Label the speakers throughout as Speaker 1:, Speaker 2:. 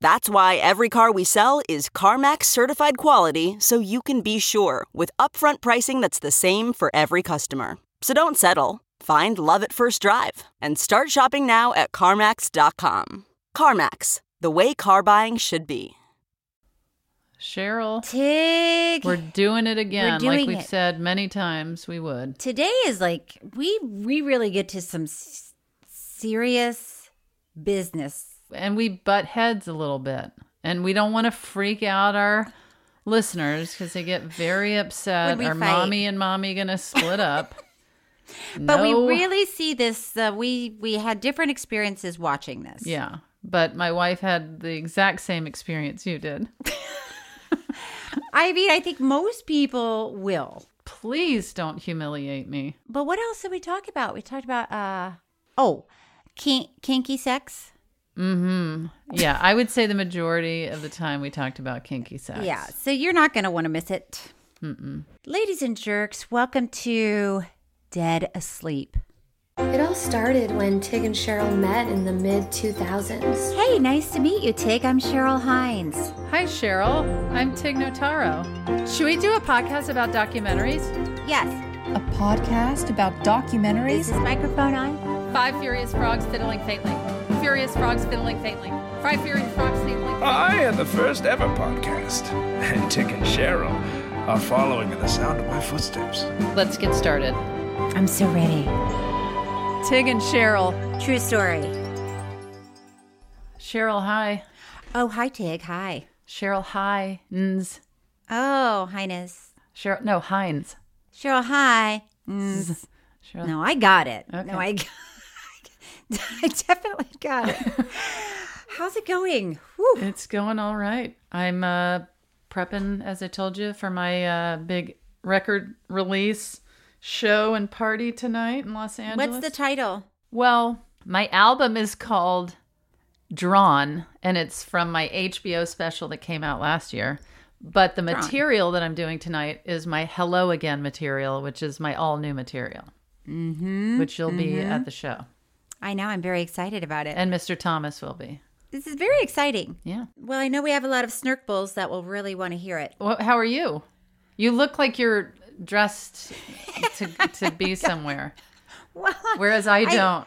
Speaker 1: That's why every car we sell is CarMax certified quality so you can be sure with upfront pricing that's the same for every customer. So don't settle. Find love at first drive and start shopping now at CarMax.com. CarMax, the way car buying should be.
Speaker 2: Cheryl,
Speaker 3: Tig.
Speaker 2: we're doing it again.
Speaker 3: doing
Speaker 2: like we've
Speaker 3: it.
Speaker 2: said many times, we would.
Speaker 3: Today is like we we really get to some s- serious business.
Speaker 2: And we butt heads a little bit. And we don't want to freak out our listeners because they get very
Speaker 3: When
Speaker 2: upset.
Speaker 3: we
Speaker 2: Our
Speaker 3: fight.
Speaker 2: mommy and mommy going to split up.
Speaker 3: But
Speaker 2: No.
Speaker 3: we really see this. Uh, we we had different experiences watching this.
Speaker 2: Yeah. But my wife had the exact same experience you did.
Speaker 3: I mean, I think most people will.
Speaker 2: Please don't humiliate me.
Speaker 3: But what else did we talk about? We talked about uh oh, kin- kinky sex.
Speaker 2: hmm Yeah, I would say the majority of the time we talked about kinky sex.
Speaker 3: Yeah. So you're not going to want to miss it.
Speaker 2: Mm-mm.
Speaker 3: Ladies and jerks, welcome to Dead Asleep.
Speaker 4: It all started when Tig and Cheryl met in the mid 2000s.
Speaker 3: Hey, nice to meet you, Tig. I'm Cheryl Hines.
Speaker 2: Hi, Cheryl. I'm Tig Notaro. Should we do a podcast about documentaries?
Speaker 3: Yes.
Speaker 5: A podcast about documentaries?
Speaker 3: Is this microphone on?
Speaker 6: Five furious frogs fiddling faintly. Furious frogs fiddling faintly. Five furious frogs fiddling.
Speaker 7: I am the first ever podcast, and Tick and Cheryl are following in the sound of my footsteps.
Speaker 2: Let's get started.
Speaker 3: I'm so ready.
Speaker 6: Tig and Cheryl.
Speaker 3: True story.
Speaker 2: Cheryl, hi.
Speaker 3: Oh, hi, Tig. Hi.
Speaker 2: Cheryl, hi. Nz.
Speaker 3: Oh, Highness.
Speaker 2: Cheryl, no, Heinz.
Speaker 3: Cheryl, hi. Mm.
Speaker 2: Cheryl.
Speaker 3: No, I got it.
Speaker 2: Okay.
Speaker 3: No, I, g- I definitely got it. How's it going? Whew.
Speaker 2: It's going all right. I'm uh, prepping, as I told you, for my uh, big record release show and party tonight in Los Angeles.
Speaker 3: What's the title?
Speaker 2: Well, my album is called Drawn, and it's from my HBO special that came out last year. But the material that I'm doing tonight is my Hello Again material, which is my all new material, mm-hmm, which you'll be at the show.
Speaker 3: I know. I'm very excited about it.
Speaker 2: And Mr. Thomas will be.
Speaker 3: this is very exciting.
Speaker 2: Yeah.
Speaker 3: Well, I know we have a lot of snirk bulls that will really want to hear it.
Speaker 2: Well, how are you? You look like you're dressed to, to be somewhere,
Speaker 3: Well,
Speaker 2: whereas I don't.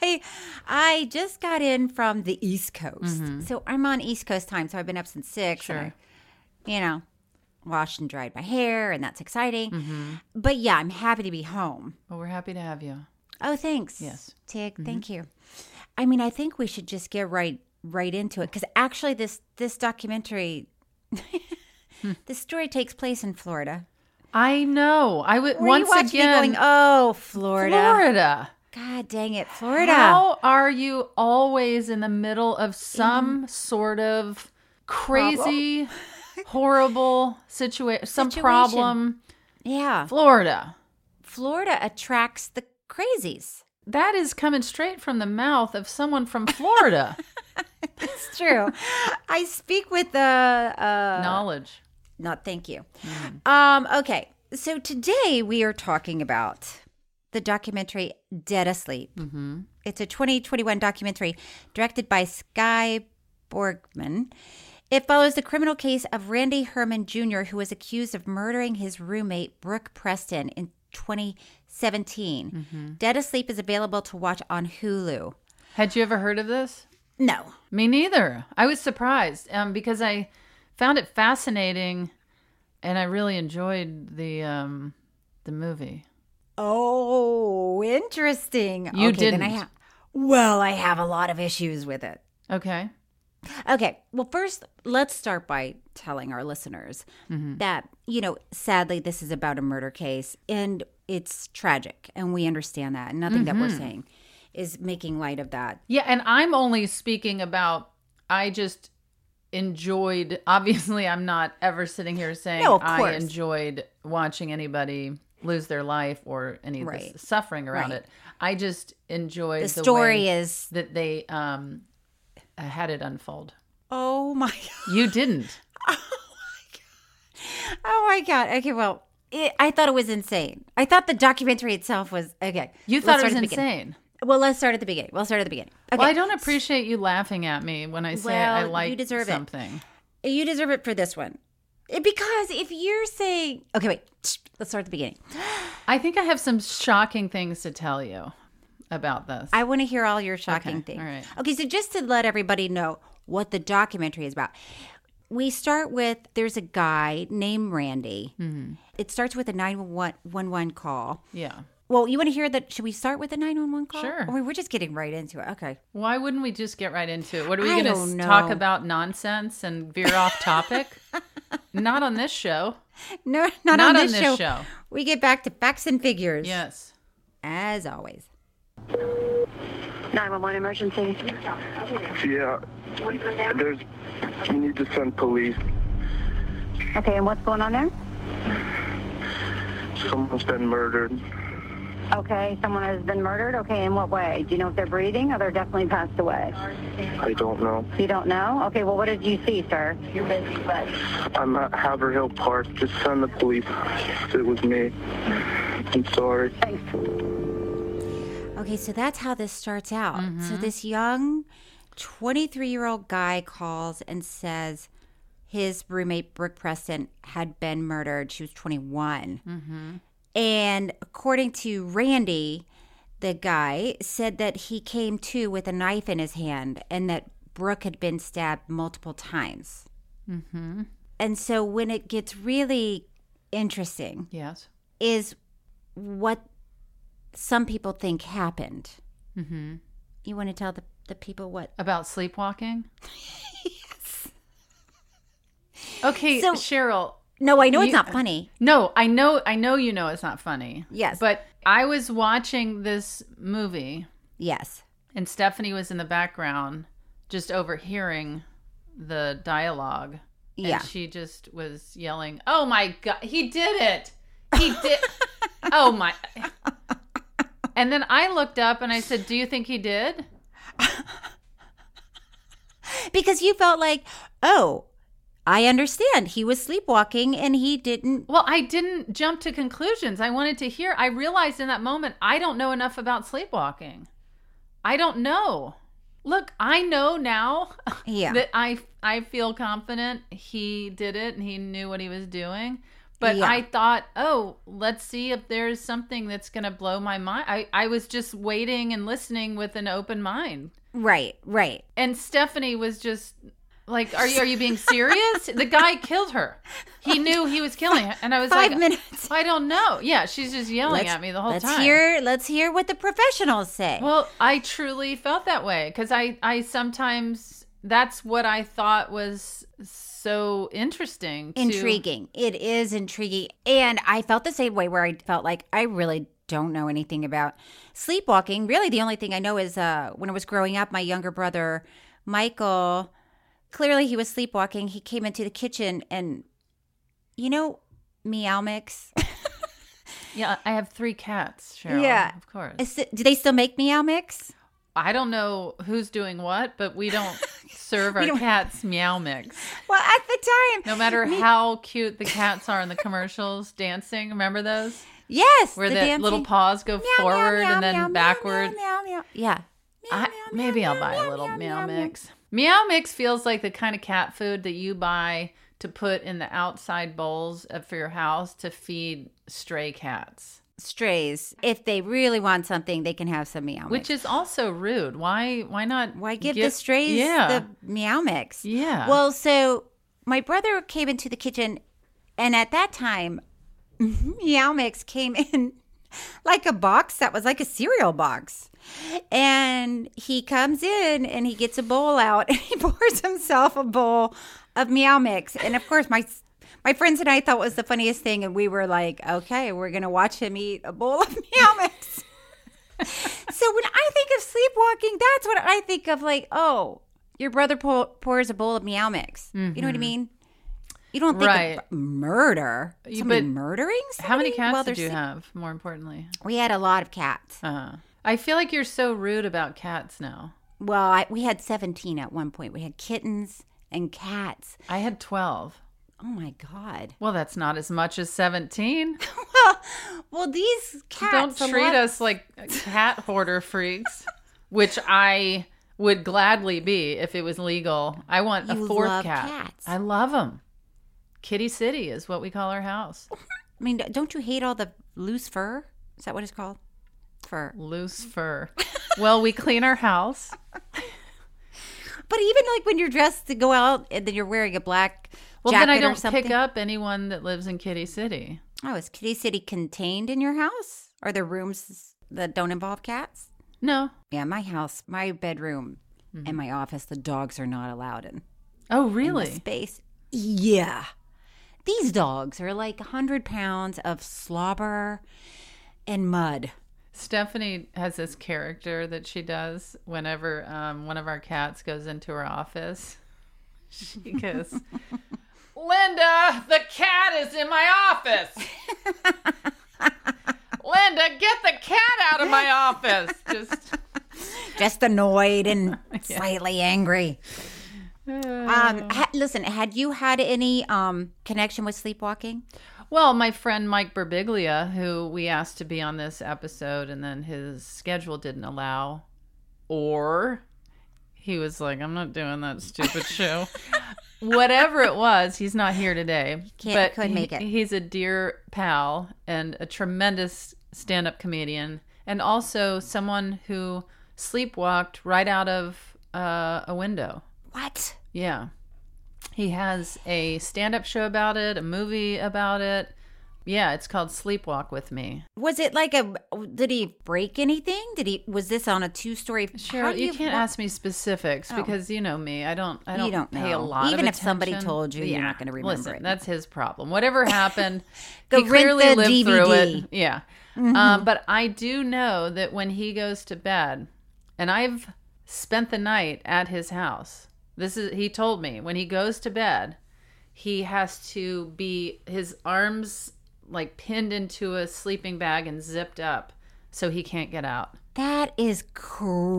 Speaker 3: I I just got in from the East Coast, so I'm on East Coast time. So I've been up since six. and
Speaker 2: Mm-hmm. Sure.
Speaker 3: I, you know, washed and dried my hair, and that's exciting.
Speaker 2: Mm-hmm.
Speaker 3: But yeah, I'm happy to be home.
Speaker 2: Well, we're happy to have you.
Speaker 3: Oh, thanks.
Speaker 2: Yes. Mm-hmm.
Speaker 3: Tig. Thank you. I mean, I think we should just get right right into it because actually, this this documentary, this story takes place in Florida.
Speaker 2: I know. I would
Speaker 3: Were
Speaker 2: once
Speaker 3: you watching
Speaker 2: again.
Speaker 3: me going, oh, Florida.
Speaker 2: Florida.
Speaker 3: God dang it, Florida.
Speaker 2: How are you always in the middle of
Speaker 3: Mm-hmm.
Speaker 2: some sort of crazy, horrible situa- some
Speaker 3: Situation.
Speaker 2: problem?
Speaker 3: yeah,
Speaker 2: Florida.
Speaker 3: Florida attracts the crazies.
Speaker 2: That is coming straight from the mouth of someone from Florida.
Speaker 3: It's true. I speak with uh, uh
Speaker 2: Knowledge.
Speaker 3: not thank you. Um okay. So today we are talking about the documentary Dead Asleep. It's a 2021 documentary directed by Sky Borgman. It follows the criminal case of Randy Herman Jr., who was accused of murdering his roommate, Brooke Preston, in 2017. Dead Asleep is available to watch on Hulu.
Speaker 2: Had you ever heard of this?
Speaker 3: No.
Speaker 2: Me neither. I was surprised um, because I found it fascinating and I really enjoyed the um the movie.
Speaker 3: Oh, interesting.
Speaker 2: You
Speaker 3: okay, Then I
Speaker 2: didn't.
Speaker 3: ha- well, I have a lot of issues with it.
Speaker 2: Okay.
Speaker 3: Okay. Well, first, let's start by telling our listeners
Speaker 2: Mm-hmm.
Speaker 3: that, you know, sadly, this is about a murder case and it's tragic. And we understand that. And nothing that
Speaker 2: Mm-hmm.
Speaker 3: we're saying is making light of that.
Speaker 2: Yeah, and I'm only speaking about I just enjoyed obviously I'm not ever sitting here saying
Speaker 3: No, of
Speaker 2: I
Speaker 3: course.
Speaker 2: enjoyed watching anybody lose their life or any of
Speaker 3: Right.
Speaker 2: the suffering around
Speaker 3: Right.
Speaker 2: it. I just enjoyed
Speaker 3: The
Speaker 2: the,
Speaker 3: story
Speaker 2: way
Speaker 3: is,
Speaker 2: that they um had it unfold.
Speaker 3: oh my
Speaker 2: You didn't.
Speaker 3: Oh my God. Okay. Well, it, I thought it was insane. I thought the documentary itself was, okay.
Speaker 2: You
Speaker 3: let's
Speaker 2: thought
Speaker 3: start
Speaker 2: it
Speaker 3: at
Speaker 2: was
Speaker 3: the beginning.
Speaker 2: insane.
Speaker 3: Well, let's start at the beginning. We'll start at the beginning. Okay.
Speaker 2: Well, I don't appreciate you laughing at me when I say I
Speaker 3: Well, you
Speaker 2: like
Speaker 3: deserve it.
Speaker 2: something.
Speaker 3: You deserve it for this one. It- Because if you're saying, okay, wait, let's start at the beginning.
Speaker 2: I think I have some shocking things to tell you about this.
Speaker 3: I want to hear all your shocking
Speaker 2: Okay,
Speaker 3: things.
Speaker 2: all right.
Speaker 3: Okay, so just to let everybody know what the documentary is about, we start with there's a guy named Randy. It starts with a 911 call.
Speaker 2: yeah.
Speaker 3: Well, you want to hear that? Should we start with a 911 call?
Speaker 2: Sure.
Speaker 3: Or we're just getting right into it. Okay.
Speaker 2: Why wouldn't we just get right into it? What are we
Speaker 3: I
Speaker 2: going
Speaker 3: don't
Speaker 2: to talk
Speaker 3: know.
Speaker 2: about nonsense and veer off topic? Not on this show.
Speaker 3: No, not,
Speaker 2: Not
Speaker 3: on,
Speaker 2: on
Speaker 3: this,
Speaker 2: this
Speaker 3: show.
Speaker 2: show.
Speaker 3: We get back to facts and figures.
Speaker 2: Yes.
Speaker 3: As always.
Speaker 8: 911 emergency.
Speaker 7: Yeah, there's. We need to send police.
Speaker 8: Okay, and what's going on there?
Speaker 7: Someone's been murdered.
Speaker 8: Okay, someone has been murdered. Okay, in what way? Do you know if they're breathing or they're definitely passed away?
Speaker 7: I don't know.
Speaker 8: You don't know? Okay, well, what did you see, sir? You're busy, but.
Speaker 7: I'm at Haverhill Park. Just send the police. It was me. I'm sorry.
Speaker 3: Okay, so that's how this starts out. So this young 23 year old guy calls and says his roommate, Brooke Preston, had been murdered. She was 21. And according to Randy, the guy said that he came to with a knife in his hand and that Brooke had been stabbed multiple times. And so when it gets really interesting,
Speaker 2: Yes.
Speaker 3: is what some people think happened. Mm-hmm. You want to tell the, the people what?
Speaker 2: About sleepwalking? yes. Okay,
Speaker 3: So-
Speaker 2: Cheryl.
Speaker 3: No, I know it's
Speaker 2: You-
Speaker 3: not funny.
Speaker 2: No, I know I know you know it's not funny.
Speaker 3: Yes.
Speaker 2: But I was watching this movie
Speaker 3: Yes.
Speaker 2: and Stephanie was in the background just overhearing the dialogue.
Speaker 3: Yeah.
Speaker 2: And she just was yelling, Oh my God, he did it. He did. oh my. And then I looked up and I said, Do you think he did?
Speaker 3: Because you felt like, oh, I understand. He was sleepwalking and he didn't.
Speaker 2: Well, I didn't jump to conclusions. I wanted to hear. I realized in that moment, I don't know enough about sleepwalking. I don't know. Look, I know now
Speaker 3: Yeah.
Speaker 2: that I I feel confident he did it and he knew what he was doing. But
Speaker 3: Yeah.
Speaker 2: I thought, oh, let's see if there's something that's going to blow my mind. I, I was just waiting and listening with an open mind.
Speaker 3: Right, right.
Speaker 2: And Stephanie was just like, are you are you being serious? the guy killed her. He knew he was killing her. And I was
Speaker 3: Five
Speaker 2: like,
Speaker 3: minutes.
Speaker 2: I don't know. Yeah, she's just yelling
Speaker 3: Let's-
Speaker 2: at me the whole
Speaker 3: let's
Speaker 2: time.
Speaker 3: Hear, let's hear what the professionals say.
Speaker 2: Well, I truly felt that way because I, I sometimes that's what I thought was so interesting, to-
Speaker 3: intriguing. It is intriguing. And I felt the same way where I felt like I really don't know anything about sleepwalking. Really, the only thing I know is uh, when I was growing up, my younger brother, Michael, clearly he was sleepwalking. He came into the kitchen and, you know, meow mix.
Speaker 2: Yeah, I have three cats, Cheryl.
Speaker 3: Yeah.
Speaker 2: of course.
Speaker 3: Is it- Do they still make meow mix?
Speaker 2: I don't know who's doing what, but we don't serve our
Speaker 3: don't-
Speaker 2: cats meow mix.
Speaker 3: Well, at the time.
Speaker 2: No matter how cute the cats are in the commercials dancing, remember those?
Speaker 3: Yes.
Speaker 2: Where the, little
Speaker 3: dancing-
Speaker 2: paws go
Speaker 3: Meow, meow,
Speaker 2: forward
Speaker 3: meow,
Speaker 2: and then
Speaker 3: meow, meow, meow,
Speaker 2: backward.
Speaker 3: meow, meow. Yeah.
Speaker 2: I, maybe I'll buy a little meow, mix. Meow, mix feels like the kind of cat food that you buy to put in the outside bowls of- for your house to feed stray cats,
Speaker 3: Strays. If they really want something, they can have some meow mix.
Speaker 2: which is also rude. Why? Why not?
Speaker 3: Why give
Speaker 2: get-
Speaker 3: the strays
Speaker 2: Yeah,
Speaker 3: the meow mix?
Speaker 2: yeah.
Speaker 3: Well, so my brother came into the kitchen And at that time, Meow Mix came in like a box that was like a cereal box. And he comes in and he gets a bowl out and he pours himself a bowl of Meow Mix. And of course, my my friends and I thought it was the funniest thing, and we were like, "Okay, we're gonna watch him eat a bowl of Meow Mix." so when I think of sleepwalking, that's what I think of. Like, oh, your brother pour, pours a bowl of Meow Mix. You know what I mean? You don't think
Speaker 2: Mm-hmm. Right.
Speaker 3: of murder,
Speaker 2: You-
Speaker 3: somebody
Speaker 2: but
Speaker 3: murdering. Somebody?
Speaker 2: How many cats
Speaker 3: while
Speaker 2: did
Speaker 3: they're
Speaker 2: you
Speaker 3: sleep-
Speaker 2: have? More importantly,
Speaker 3: We had a lot of cats.
Speaker 2: uh, I feel like you're so rude about cats now.
Speaker 3: Well, I, we had seventeen at one point. We had kittens and cats.
Speaker 2: I had twelve.
Speaker 3: Oh my god!
Speaker 2: Well, that's not as much as seventeen.
Speaker 3: well, well, these cats a
Speaker 2: Don't treat
Speaker 3: lot-
Speaker 2: us like cat hoarder freaks, which I would gladly be if it was legal. I want
Speaker 3: You
Speaker 2: a fourth
Speaker 3: love
Speaker 2: cat.
Speaker 3: cats.
Speaker 2: I love them. Kitty City is what we call our house.
Speaker 3: I mean, don't you hate all the loose fur? Is that what it's called? Fur.
Speaker 2: Loose fur. well, we clean our house.
Speaker 3: But even like when you're dressed to go out and then you're wearing a black
Speaker 2: Well,
Speaker 3: jacket
Speaker 2: then I
Speaker 3: or
Speaker 2: don't
Speaker 3: something.
Speaker 2: pick up anyone that lives in Kitty City.
Speaker 3: Oh, is Kitty City contained in your house? Are there rooms that don't involve cats?
Speaker 2: No.
Speaker 3: Yeah, my house, my bedroom,
Speaker 2: Mm-hmm.
Speaker 3: and my office, the dogs are not allowed in
Speaker 2: Oh,
Speaker 3: the
Speaker 2: really?
Speaker 3: space. Yeah. These dogs are like 100 pounds of slobber and mud.
Speaker 2: Stephanie has this character that she does whenever um, one of our cats goes into her office. She goes, Linda, the cat is in my office. Linda, get the cat out of my office. Just
Speaker 3: just annoyed and slightly angry.
Speaker 2: Mm.
Speaker 3: Um, ha- listen, had you had any um connection with sleepwalking?
Speaker 2: well, my friend Mike Berbiglia, who we asked to be on this episode, and then his schedule didn't allow, or he was like, "I'm not doing that stupid show." Whatever it was, he's not here today.
Speaker 3: can't-
Speaker 2: but
Speaker 3: couldn't
Speaker 2: he-
Speaker 3: make it.
Speaker 2: He's a dear pal and a tremendous stand-up comedian, and also someone who sleepwalked right out of uh, a window.
Speaker 3: What?
Speaker 2: Yeah. He has a stand up show about it, a movie about it. Yeah, it's called Sleepwalk with Me.
Speaker 3: Was it like a? Did he break anything? Did he? Was this on a two-story? how
Speaker 2: Cheryl,
Speaker 3: do
Speaker 2: you, can't
Speaker 3: wa-
Speaker 2: ask me specifics because you know me. I don't. I
Speaker 3: You
Speaker 2: don't,
Speaker 3: don't
Speaker 2: pay a
Speaker 3: know.
Speaker 2: lot.
Speaker 3: Even
Speaker 2: of
Speaker 3: if somebody
Speaker 2: attention.
Speaker 3: told you, you're not gonna remember
Speaker 2: Listen,
Speaker 3: it.
Speaker 2: that's his problem. Whatever happened,
Speaker 3: Go
Speaker 2: he
Speaker 3: rent
Speaker 2: clearly
Speaker 3: the
Speaker 2: lived through it.
Speaker 3: DVD.
Speaker 2: Yeah,
Speaker 3: Mm-hmm.
Speaker 2: um, but I do know that when he goes to bed, and I've spent the night at his house. This is he told me when he goes to bed, he has to be his arms like pinned into a sleeping bag and zipped up so he can't get out.
Speaker 3: That is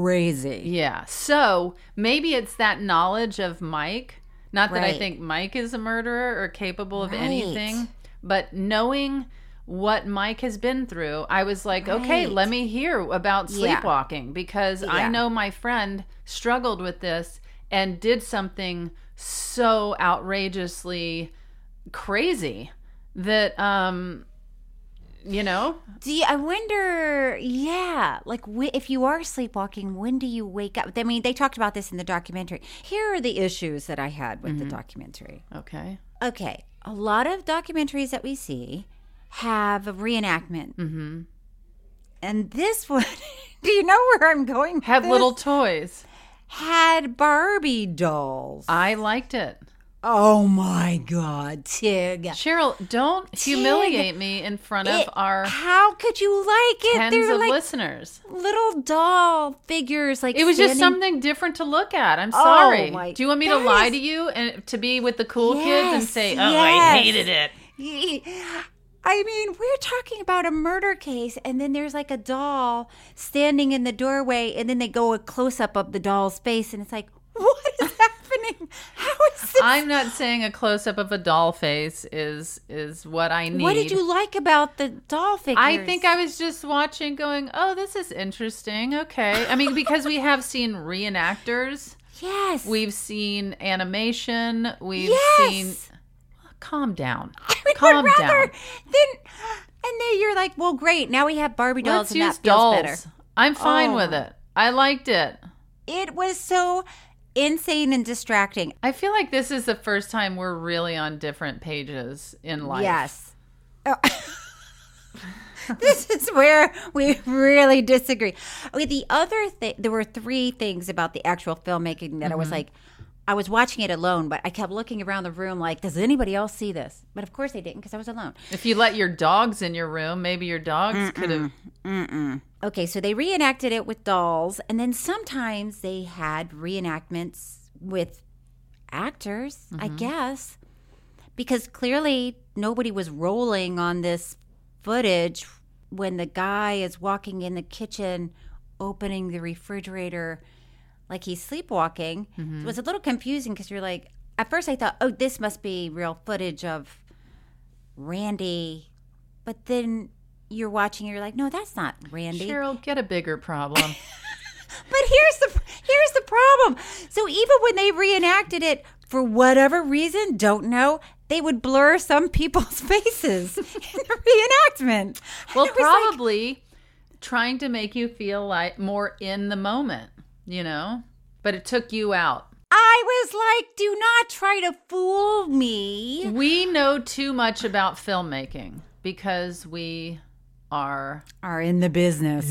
Speaker 3: crazy.
Speaker 2: Yeah. So maybe it's that knowledge of Mike. Not that I
Speaker 3: Right.
Speaker 2: think Mike is a murderer or capable of
Speaker 3: Right.
Speaker 2: anything, but knowing what Mike has been through, I was like, okay,
Speaker 3: Right.
Speaker 2: let me hear about
Speaker 3: Yeah.
Speaker 2: sleepwalking because I
Speaker 3: Yeah.
Speaker 2: know my friend struggled with this and did something so outrageously crazy that um you know
Speaker 3: Do you, I wonder? Yeah, like wh- if you are sleepwalking, when do you wake up? I mean, they talked about this in the documentary. Here are the issues that I had with
Speaker 2: Mm-hmm.
Speaker 3: the documentary.
Speaker 2: okay
Speaker 3: okay, a lot of documentaries that we see have a reenactment. Mm-hmm. And this one, do you know where I'm going? with
Speaker 2: had
Speaker 3: this?
Speaker 2: little toys
Speaker 3: had Barbie dolls.
Speaker 2: i liked it
Speaker 3: oh my God, Tig!
Speaker 2: Cheryl, don't humiliate me in front of
Speaker 3: It-
Speaker 2: our
Speaker 3: how could you like it?
Speaker 2: tens
Speaker 3: They're
Speaker 2: of
Speaker 3: like
Speaker 2: listeners.
Speaker 3: little doll figures. Like
Speaker 2: It was just
Speaker 3: standing-
Speaker 2: something different to look at. I'm
Speaker 3: Oh,
Speaker 2: sorry.
Speaker 3: my-
Speaker 2: Do you want me to
Speaker 3: that
Speaker 2: lie
Speaker 3: is-
Speaker 2: to you and to be with the cool kids and
Speaker 3: Yes,
Speaker 2: say, "Oh, I
Speaker 3: yes.
Speaker 2: hated it"?
Speaker 3: I mean, we're talking about a murder case, and then there's like a doll standing in the doorway, and then they go a close up of the doll's face, and it's like, what is happening? How is this?
Speaker 2: I'm not saying a close up of a doll face is is what I need.
Speaker 3: What did you like about the doll figures?
Speaker 2: I think I was just watching, going, "Oh, this is interesting." Okay, I mean, because we have seen reenactors,
Speaker 3: Yes.
Speaker 2: we've seen animation, we've
Speaker 3: Yes.
Speaker 2: seen. Calm down.
Speaker 3: I would
Speaker 2: Calm
Speaker 3: rather
Speaker 2: down.
Speaker 3: Then, and then you're like, well, great. Now we have Barbie dolls,
Speaker 2: Let's
Speaker 3: and
Speaker 2: use
Speaker 3: that feels
Speaker 2: dolls.
Speaker 3: better.
Speaker 2: I'm fine
Speaker 3: Oh
Speaker 2: with
Speaker 3: my-
Speaker 2: it. I liked it.
Speaker 3: It was so insane and distracting.
Speaker 2: I feel like this is the first time we're really on different pages in life.
Speaker 3: Yes. Oh. this is where we really disagree. Okay, the other thing, there were three things about the actual filmmaking that I was like, I was watching it alone, but I kept looking around the room like, does anybody else see this? But of course they didn't because I was alone.
Speaker 2: If you let your dogs in your room, maybe your dogs could have.
Speaker 3: Okay, so they reenacted it with dolls, and then sometimes they had reenactments with actors, I guess, because clearly nobody was rolling on this footage when the guy is walking in the kitchen, opening the refrigerator like he's sleepwalking. It was a little confusing because you're like, at first I thought, oh, this must be real footage of Randy, but then. You're watching, you're like, no, that's not Randy.
Speaker 2: Cheryl, get a bigger problem.
Speaker 3: But here's the here's the problem. So even when they reenacted it, for whatever reason, don't know, they would blur some people's faces in the reenactment.
Speaker 2: Well,
Speaker 3: And it was like,
Speaker 2: probably trying to make you feel like more in the moment, you know? But it took you out.
Speaker 3: I was like, do not try to fool me.
Speaker 2: We know too much about filmmaking because we are.
Speaker 3: Are in the business.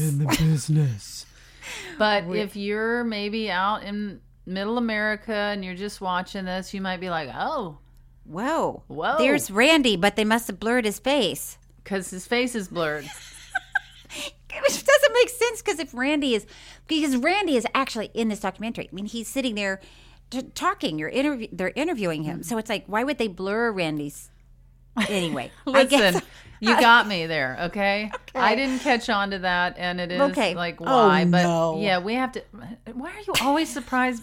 Speaker 2: But if you're maybe out in middle America and you're just watching this, you might be like, oh,
Speaker 3: Whoa.
Speaker 2: Whoa.
Speaker 3: There's Randy, but they must have blurred his face.
Speaker 2: because his face is blurred.
Speaker 3: Which doesn't make sense because if Randy is, because Randy is actually in this documentary. I mean, he's sitting there t- talking. You're interview, they're interviewing him, so it's like, why would they blur Randy's? Anyway, I guess-
Speaker 2: Listen, you got me there, okay? I didn't catch on to that, and it is
Speaker 3: Okay.
Speaker 2: like
Speaker 3: Oh,
Speaker 2: why, but
Speaker 3: no.
Speaker 2: yeah, we have to. Why are you always surprised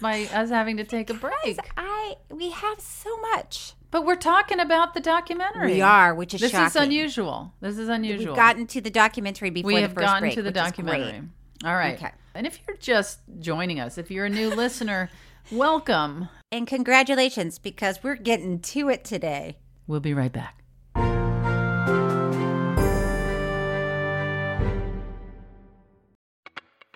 Speaker 2: by us having to take a break?
Speaker 3: I we have so much.
Speaker 2: But we're talking about the documentary.
Speaker 3: We are, which is
Speaker 2: This is
Speaker 3: shocking.
Speaker 2: unusual. This is unusual.
Speaker 3: We've gotten to the documentary before
Speaker 2: We
Speaker 3: the
Speaker 2: have
Speaker 3: first
Speaker 2: gotten
Speaker 3: break,
Speaker 2: to the
Speaker 3: which is
Speaker 2: documentary.
Speaker 3: great.
Speaker 2: All right.
Speaker 3: Okay.
Speaker 2: And if you're just joining us, if you're a new listener, welcome.
Speaker 3: And congratulations because we're getting to it today.
Speaker 2: We'll be right back.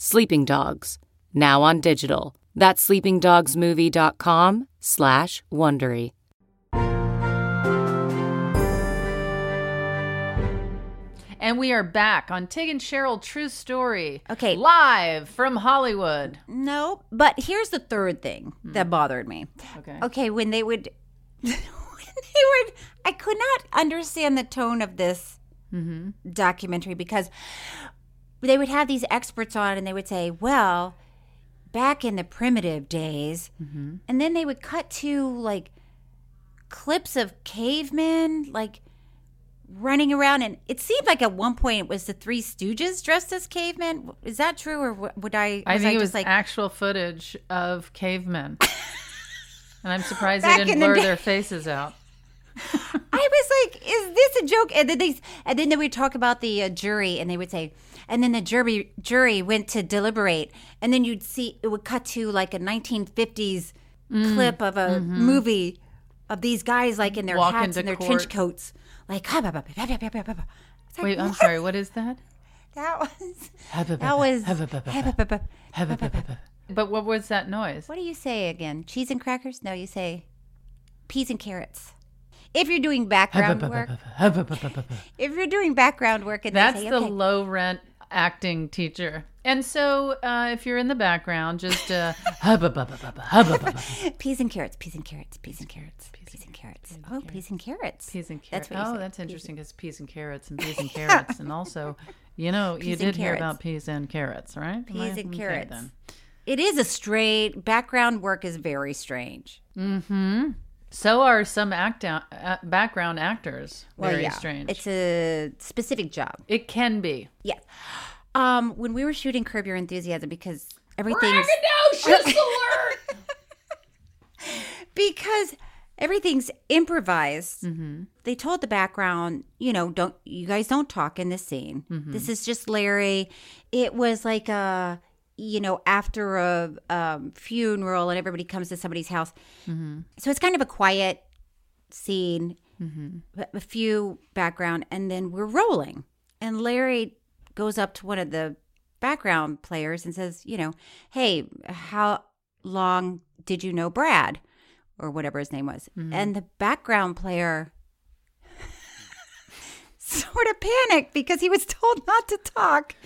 Speaker 9: Sleeping Dogs, now on digital. That's sleepingdogsmovie.com slash Wondery.
Speaker 2: And we are back on Tig and Cheryl True Story.
Speaker 3: Okay.
Speaker 2: Live from Hollywood.
Speaker 3: No, but here's the third thing
Speaker 2: Hmm.
Speaker 3: that bothered me.
Speaker 2: Okay.
Speaker 3: Okay, when they would, when they would, I could not understand the tone of this
Speaker 2: Mm-hmm.
Speaker 3: documentary because they would have these experts on and they would say, well, back in the primitive days,
Speaker 2: Mm-hmm.
Speaker 3: and then they would cut to like clips of cavemen, like running around and it seemed like at one point it was the three stooges dressed as cavemen is that true or w- would i
Speaker 2: I
Speaker 3: was
Speaker 2: think it
Speaker 3: just
Speaker 2: was
Speaker 3: like
Speaker 2: actual footage of cavemen. and I'm surprised
Speaker 3: Back
Speaker 2: they
Speaker 3: in
Speaker 2: didn't
Speaker 3: the
Speaker 2: blur
Speaker 3: day.
Speaker 2: their faces out.
Speaker 3: I was like, "Is this a joke?" And then they, and then they would talk about the uh, jury, and they would say, and then the jury jury went to deliberate, and then you'd see it would cut to like a 1950s
Speaker 2: Mm,
Speaker 3: clip of a movie of these guys like in their
Speaker 2: mm-hmm. Walk
Speaker 3: hats
Speaker 2: into
Speaker 3: and their
Speaker 2: court.
Speaker 3: trench coats, like. "Ah, bah, bah, bah, bah, bah, bah, bah, bah." It's like,
Speaker 2: Wait, I'm
Speaker 3: what?
Speaker 2: sorry. What is that?
Speaker 3: That was that was.
Speaker 2: But what was that noise?
Speaker 3: What do you say again? Cheese and crackers? No, you say peas and carrots. If you're doing background work, if you're doing background work, and they
Speaker 2: That's
Speaker 3: say,
Speaker 2: the
Speaker 3: "Okay,
Speaker 2: low rent acting teacher. And so, uh, if you're in the background, just uh, hubba bubba bubba hubba bubba.
Speaker 3: peas and carrots, peas and carrots, peas and carrots, peas and carrots. Oh, peas and carrots.
Speaker 2: Peas and carrots.
Speaker 3: That's what you
Speaker 2: oh,
Speaker 3: said.
Speaker 2: that's interesting because peas and carrots and peas and carrots. And also, you know, you
Speaker 3: Peas and
Speaker 2: did hear
Speaker 3: carrots.
Speaker 2: about peas and carrots, right? Am I-
Speaker 3: Peas and
Speaker 2: okay,
Speaker 3: carrots.
Speaker 2: then.
Speaker 3: It is a straight background work is very strange.
Speaker 2: Mm-hmm. So are some act out, uh, background actors.
Speaker 3: Well,
Speaker 2: Very
Speaker 3: yeah,
Speaker 2: strange.
Speaker 3: It's a specific job.
Speaker 2: it can be.
Speaker 3: Yes. Um, when we were shooting Curb Your Enthusiasm, because everything's because everything's improvised. They told the background, you know, don't you guys don't talk in this scene. This is just Larry. It was like a, you know, after a um, funeral and everybody comes to somebody's house. So it's kind of a quiet scene, but a few background, and then we're rolling. And Larry goes up to one of the background players and says, you know, hey, how long did you know Brad? Or whatever his name was. And the background player sort of panicked because he was told not to talk.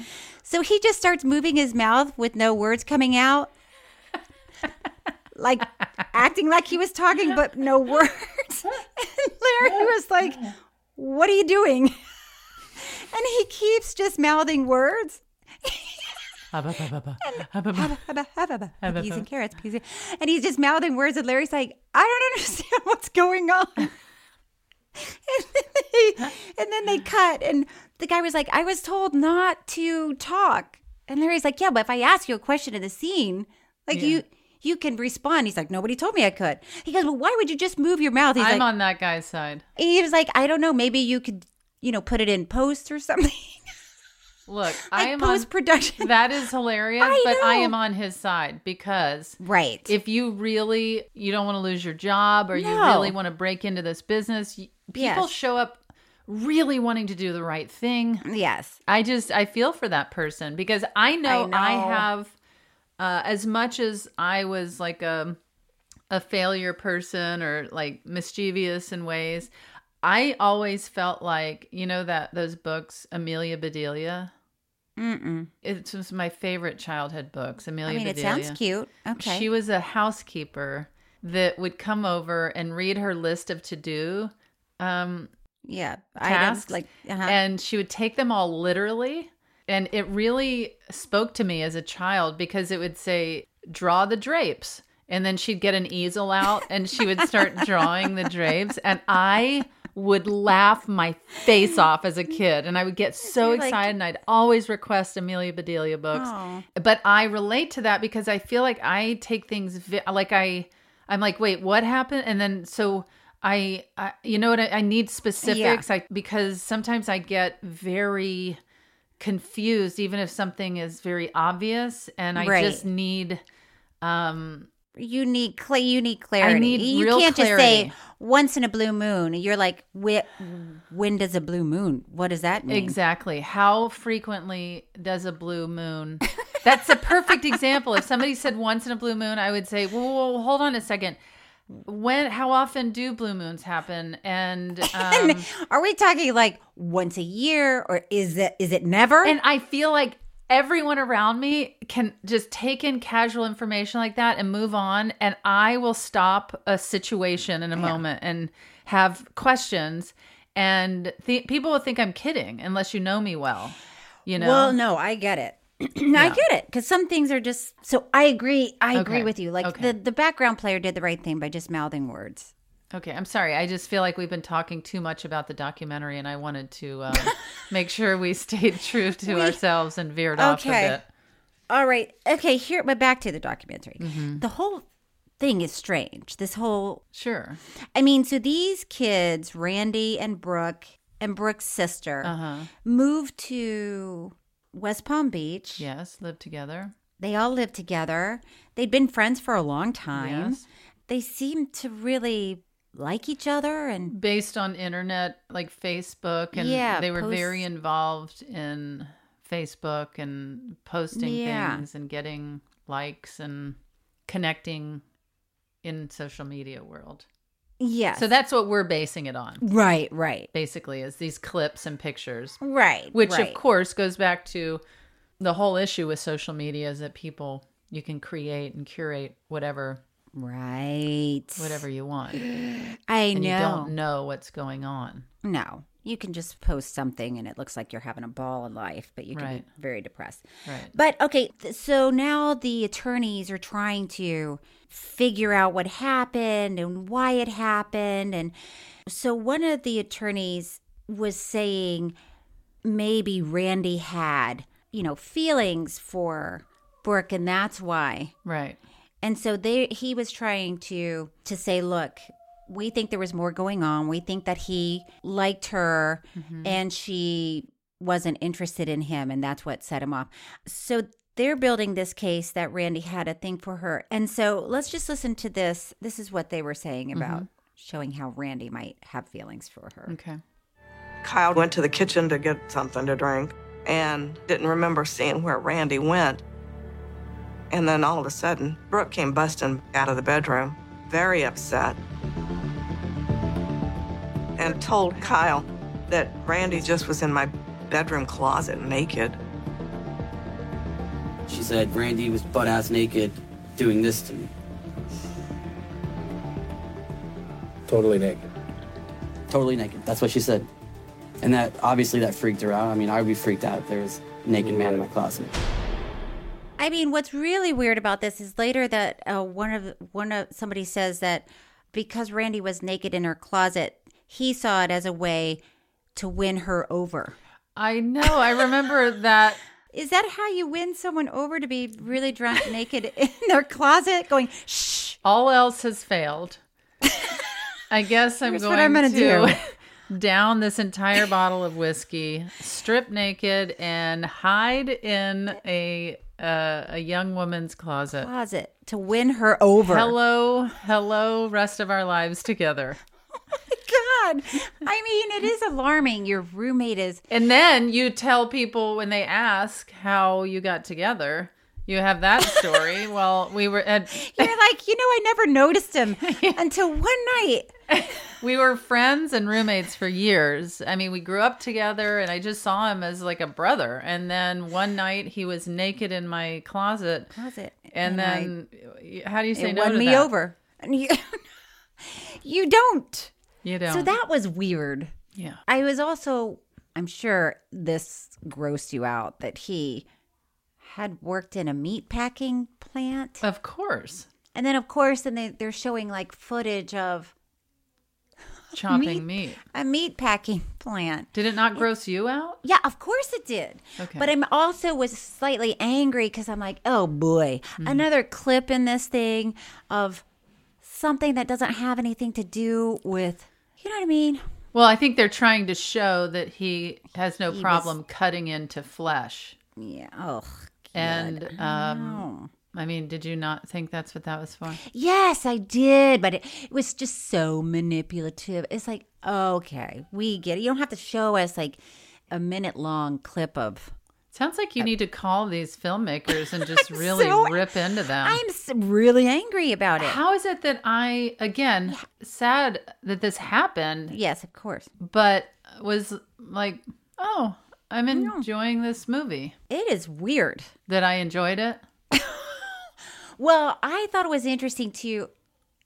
Speaker 3: So he just starts moving his mouth with no words coming out. like acting like he was talking but no words. and Larry was like, "What are you doing?" and he keeps just mouthing words.
Speaker 2: Hubba bubba bubba. Hubba bubba.
Speaker 3: Habba, habba, habba, habba,
Speaker 2: Habba,
Speaker 3: peas and
Speaker 2: habba.
Speaker 3: carrots, peas and, and he's just mouthing words, and Larry's like, "I don't understand what's going on." and, then they, and then they cut, and the guy was like, "I was told not to talk," and Larry's like, "Yeah, but if I ask you a question in the scene, like you." You can respond. He's like, nobody told me I could. He goes, well, why would you just move your mouth? He's
Speaker 2: I'm
Speaker 3: like,
Speaker 2: on that guy's side.
Speaker 3: he was like, I don't know. Maybe you could, you know, put it in post or something.
Speaker 2: Look, I
Speaker 3: like
Speaker 2: am on.
Speaker 3: post production.
Speaker 2: That is hilarious,
Speaker 3: I
Speaker 2: but I
Speaker 3: know.
Speaker 2: am on his side because
Speaker 3: Right.
Speaker 2: if you really you don't want to lose your job or you
Speaker 3: No.
Speaker 2: really want to break into this business, y- people
Speaker 3: Yes.
Speaker 2: show up really wanting to do the right thing.
Speaker 3: yes.
Speaker 2: I just I feel for that person because I know I,
Speaker 3: know.
Speaker 2: have uh, as much as I was like a a failure person or like mischievous in ways. I always felt like you know that those books Amelia Bedelia.
Speaker 3: Mm-mm.
Speaker 2: It was my favorite childhood books.
Speaker 3: I
Speaker 2: Amelia
Speaker 3: mean, it
Speaker 2: Bedelia.
Speaker 3: sounds cute. Okay.
Speaker 2: She was a housekeeper that would come over and read her list of to do um,
Speaker 3: yeah
Speaker 2: tasks,
Speaker 3: like uh-huh.
Speaker 2: and she would take them all literally. And it really spoke to me as a child because it would say, "Draw the drapes," and then she'd get an easel out and she would start drawing the drapes, and I would laugh my face off as a kid, and I would get so
Speaker 3: You're like-
Speaker 2: excited, and I'd always request Amelia Bedelia books
Speaker 3: Oh.
Speaker 2: but I relate to that because I feel like I take things vi- like I I'm like wait what happened and then so I, I you know what I, I need specifics I because sometimes I get very confused even if something is very obvious and I
Speaker 3: Right.
Speaker 2: just need um
Speaker 3: you need cl- you need clarity.
Speaker 2: need
Speaker 3: you
Speaker 2: real
Speaker 3: can't
Speaker 2: clarity.
Speaker 3: just say once in a blue moon. You're like, "Wh- when does a blue moon? What does that mean?
Speaker 2: Exactly. How frequently does a blue moon? That's a perfect example. If somebody said once in a blue moon, I would say, "Whoa, whoa, whoa, hold on a second. When? How often do blue moons happen?" And um,
Speaker 3: Are we talking like once a year, or is it is it never?
Speaker 2: and I feel like everyone around me can just take in casual information like that and move on, and I will stop a situation in a moment and have questions. And th- people will think I'm kidding unless you know me well. You know.
Speaker 3: Well, no, I get it. I get it because some things are just so. I agree. I
Speaker 2: Okay.
Speaker 3: agree with you. Like
Speaker 2: Okay.
Speaker 3: the the background player did the right thing by just mouthing words.
Speaker 2: Okay, I'm sorry. I just feel like we've been talking too much about the documentary, and I wanted to um, make sure we stayed true to ourselves and veered off a
Speaker 3: Okay.
Speaker 2: bit.
Speaker 3: All right. Okay. Here, but back to the documentary.
Speaker 2: Mm-hmm.
Speaker 3: The whole thing is strange. This whole
Speaker 2: Sure.
Speaker 3: I mean, so these kids, Randy and Brooke and Brooke's sister,
Speaker 2: Uh-huh.
Speaker 3: moved to West Palm Beach.
Speaker 2: Yes, live together.
Speaker 3: They all lived together. They'd been friends for a long time.
Speaker 2: Yes.
Speaker 3: They seemed to really like each other and
Speaker 2: Based on internet, like Facebook, and
Speaker 3: Yeah,
Speaker 2: they were
Speaker 3: post-
Speaker 2: very involved in Facebook and posting
Speaker 3: Yeah.
Speaker 2: things and getting likes and connecting in social media world.
Speaker 3: yeah.
Speaker 2: So that's what we're basing it on,
Speaker 3: right, right,
Speaker 2: basically, is these clips and pictures.
Speaker 3: right,
Speaker 2: which
Speaker 3: right.
Speaker 2: of course goes back to the whole issue with social media is that people you can create and curate whatever
Speaker 3: right
Speaker 2: whatever you want.
Speaker 3: I
Speaker 2: and
Speaker 3: know.
Speaker 2: you don't know what's going on.
Speaker 3: No, you can just post something and it looks like you're having a ball in life, but you can
Speaker 2: Right.
Speaker 3: be very depressed.
Speaker 2: Right.
Speaker 3: But okay, th- so now the attorneys are trying to figure out what happened and why it happened. And so one of the attorneys was saying maybe Randy had, you know, feelings for Brooke and that's why.
Speaker 2: Right.
Speaker 3: And so they he was trying to to say, look, we think there was more going on. We think that he liked her and she wasn't interested in him and that's what set him off. So they're building this case that Randy had a thing for her. And so let's just listen to this. This is what they were saying about showing how Randy might have feelings for her.
Speaker 2: Okay.
Speaker 10: Kyle went to the kitchen to get something to drink and didn't remember seeing where Randy went. And then all of a sudden, Brooke came busting out of the bedroom, very upset, and told Kyle that Randy just was in my bedroom closet naked.
Speaker 11: She said Randy was butt ass naked doing this to me.
Speaker 12: Totally naked.
Speaker 11: Totally naked. That's what she said. And that obviously that freaked her out. I mean, I would be freaked out if there was a naked man in my closet.
Speaker 3: I mean, what's really weird about this is later that uh, one of one of somebody says that because Randy was naked in her closet, he saw it as a way to win her over.
Speaker 2: I know. I remember that.
Speaker 3: Is that how you win someone over to be really drunk naked in their closet going shh
Speaker 2: all else has failed i guess i'm
Speaker 3: Here's
Speaker 2: going
Speaker 3: what I'm gonna
Speaker 2: to down this entire bottle of whiskey strip naked and hide in a uh, a young woman's closet
Speaker 3: closet to win her over?
Speaker 2: hello hello rest of our lives together
Speaker 3: God. I mean, it is alarming. Your roommate is
Speaker 2: and then you tell people when they ask how you got together you have that story well we were at
Speaker 3: You're like, you know, I never noticed him until one night.
Speaker 2: we were friends and roommates for years. I mean, we grew up together, and I just saw him as like a brother. And then one night he was naked in my closet.
Speaker 3: Closet.
Speaker 2: And,
Speaker 3: And
Speaker 2: then, how do you say
Speaker 3: it
Speaker 2: no
Speaker 3: won
Speaker 2: to
Speaker 3: me
Speaker 2: that?
Speaker 3: over. And you, you don't.
Speaker 2: You don't.
Speaker 3: So that was weird.
Speaker 2: Yeah.
Speaker 3: I was also, I'm sure this grossed you out that he had worked in a meat packing plant.
Speaker 2: Of course.
Speaker 3: And then, of course, and they, they're showing like footage of
Speaker 2: Chopping meat.
Speaker 3: a meat packing plant.
Speaker 2: Did it not gross you out?
Speaker 3: Yeah, of course it did.
Speaker 2: Okay.
Speaker 3: But I'm also was slightly angry because I'm like, oh boy,
Speaker 2: Mm-hmm.
Speaker 3: another clip in this thing of something that doesn't have anything to do with, you know what I mean?
Speaker 2: Well, I think they're trying to show that he has no
Speaker 3: He was-
Speaker 2: problem cutting into flesh.
Speaker 3: Yeah. Oh.
Speaker 2: And
Speaker 3: God.
Speaker 2: um, I mean, did you not think that's what that was for?
Speaker 3: Yes, I did, but it, it was just so manipulative. It's like, okay, we get it. You don't have to show us like a minute long clip of.
Speaker 2: Sounds like you need to call these filmmakers and just really
Speaker 3: so-
Speaker 2: rip into them.
Speaker 3: I'm s- really angry about it.
Speaker 2: How is it that I, again, sad that this happened,
Speaker 3: yes, of course.
Speaker 2: but was like, oh, I'm enjoying this movie?
Speaker 3: It is weird.
Speaker 2: That I enjoyed it?
Speaker 3: Well, I thought it was interesting too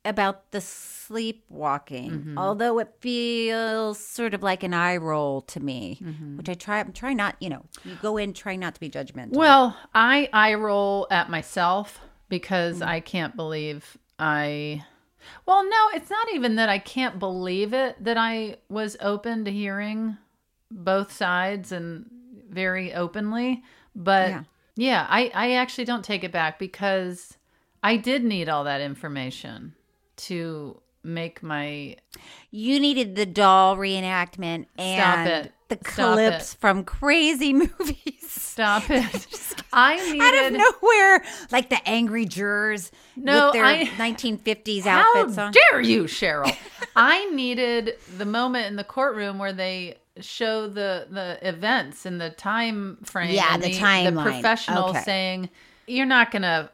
Speaker 3: about the sleepwalking, although it feels sort of like an eye roll to me, which I try, I'm trying not, you know, you go in trying not to be judgmental.
Speaker 2: Well, I eye roll at myself
Speaker 3: Hmm.
Speaker 2: because I can't believe I. Well, no, it's not even that I can't believe it that I was open to hearing both sides and very openly. But yeah,
Speaker 3: Yeah.
Speaker 2: I, I actually don't take it back because I did need all that information to make my.
Speaker 3: You needed the doll reenactment and
Speaker 2: it.
Speaker 3: the
Speaker 2: Stop
Speaker 3: clips
Speaker 2: it.
Speaker 3: from crazy movies.
Speaker 2: Stop it. I needed.
Speaker 3: Out of nowhere, like the angry jurors
Speaker 2: No,
Speaker 3: with their
Speaker 2: I-
Speaker 3: 1950s
Speaker 2: How
Speaker 3: outfits on.
Speaker 2: dare you, Cheryl? I needed the moment in the courtroom where they show the the events and the time frame.
Speaker 3: Yeah,
Speaker 2: and
Speaker 3: the
Speaker 2: The
Speaker 3: timeline.
Speaker 2: professional
Speaker 3: Okay.
Speaker 2: saying, "You're not gonna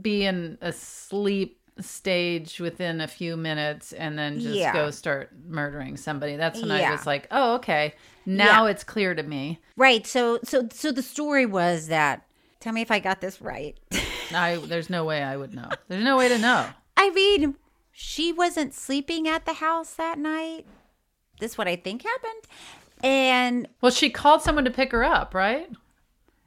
Speaker 2: be in a sleep stage within a few minutes and then just
Speaker 3: Yeah.
Speaker 2: go start murdering somebody. That's when I
Speaker 3: Yeah.
Speaker 2: was like, oh, okay. Now
Speaker 3: Yeah.
Speaker 2: it's clear to me.
Speaker 3: Right. So so so the story was that tell me if I got this right.
Speaker 2: I there's no way I would know. There's no way to know.
Speaker 3: I mean, she wasn't sleeping at the house that night. This what I think happened. And
Speaker 2: well, she called someone to pick her up, right?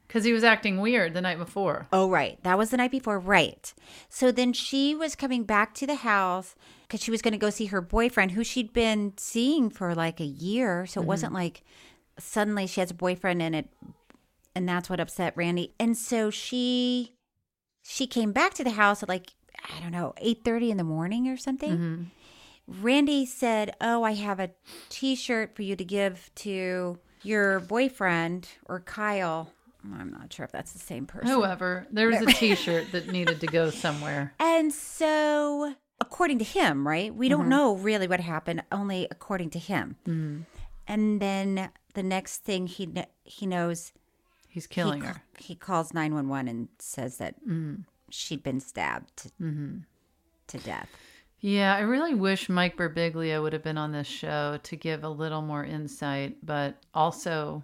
Speaker 2: Because he was acting weird the night before.
Speaker 3: Oh, right. That was the night before. Right. So then she was coming back to the house because she was going to go see her boyfriend who she'd been seeing for like a year. So it wasn't like suddenly she has a boyfriend and it, and that's what upset Randy. And so she, she came back to the house at like, I don't know, 8.30 in the morning or something. Randy said, Oh, I have a t shirt for you to give to your boyfriend or Kyle. I'm not sure if that's the same person.
Speaker 2: Oh, Whoever. There was a t shirt that needed to go somewhere.
Speaker 3: And so, according to him, right? We don't
Speaker 2: Mhm.
Speaker 3: know really what happened, only according to him.
Speaker 2: Mm.
Speaker 3: And then the next thing he kn- he knows,
Speaker 2: He's killing
Speaker 3: he,
Speaker 2: her.
Speaker 3: He calls nine one one and says that
Speaker 2: Mm.
Speaker 3: she'd been stabbed
Speaker 2: Mm-hmm.
Speaker 3: to death.
Speaker 2: Yeah, I really wish Mike Birbiglia would have been on this show to give a little more insight, but also,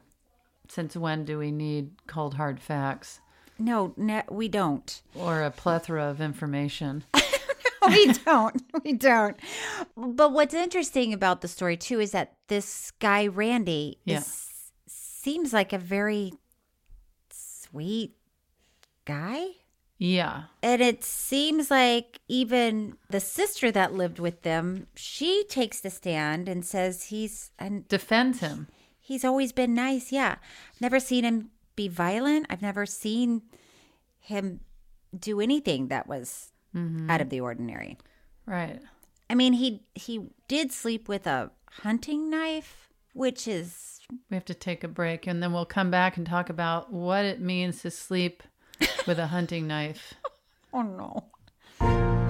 Speaker 2: since when do we need cold hard facts
Speaker 3: No, no, we don't.
Speaker 2: or a plethora of information?
Speaker 3: we don't. We don't. But what's interesting about the story too is that this guy Randy
Speaker 2: Yeah.
Speaker 3: is, seems like a very sweet guy.
Speaker 2: Yeah.
Speaker 3: And it seems like even the sister that lived with them, she takes the stand and says he's and
Speaker 2: defends him.
Speaker 3: He's always been nice. Yeah. Never seen him be violent. I've never seen him do anything that was
Speaker 2: Mhm.
Speaker 3: out of the ordinary.
Speaker 2: Right.
Speaker 3: I mean, he he did sleep with a hunting knife, which is
Speaker 2: We have to take a break and then we'll come back and talk about what it means to sleep with a hunting knife.
Speaker 3: oh no.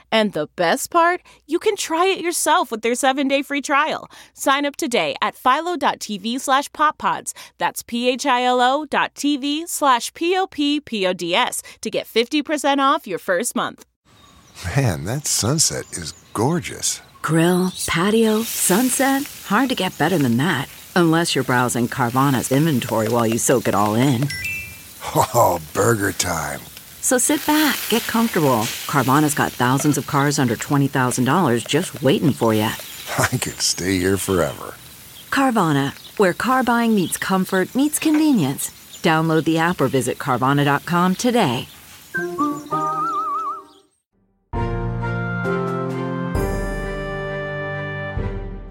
Speaker 13: And the best part, you can try it yourself with their 7-day free trial. Sign up today at philo.tv slash poppods. That's p-h-i-l-o dot tv slash p-o-p-p-o-d-s to get 50% off your first month.
Speaker 14: Man, that sunset is gorgeous.
Speaker 15: Grill, patio, sunset. Hard to get better than that. Unless you're browsing Carvana's inventory while you soak it all in.
Speaker 14: Oh, burger time.
Speaker 15: So sit back, get comfortable. Carvana's got thousands of cars under $20,000 just waiting for you.
Speaker 14: I could stay here forever.
Speaker 15: Carvana, where car buying meets comfort, meets convenience. Download the app or visit Carvana.com today.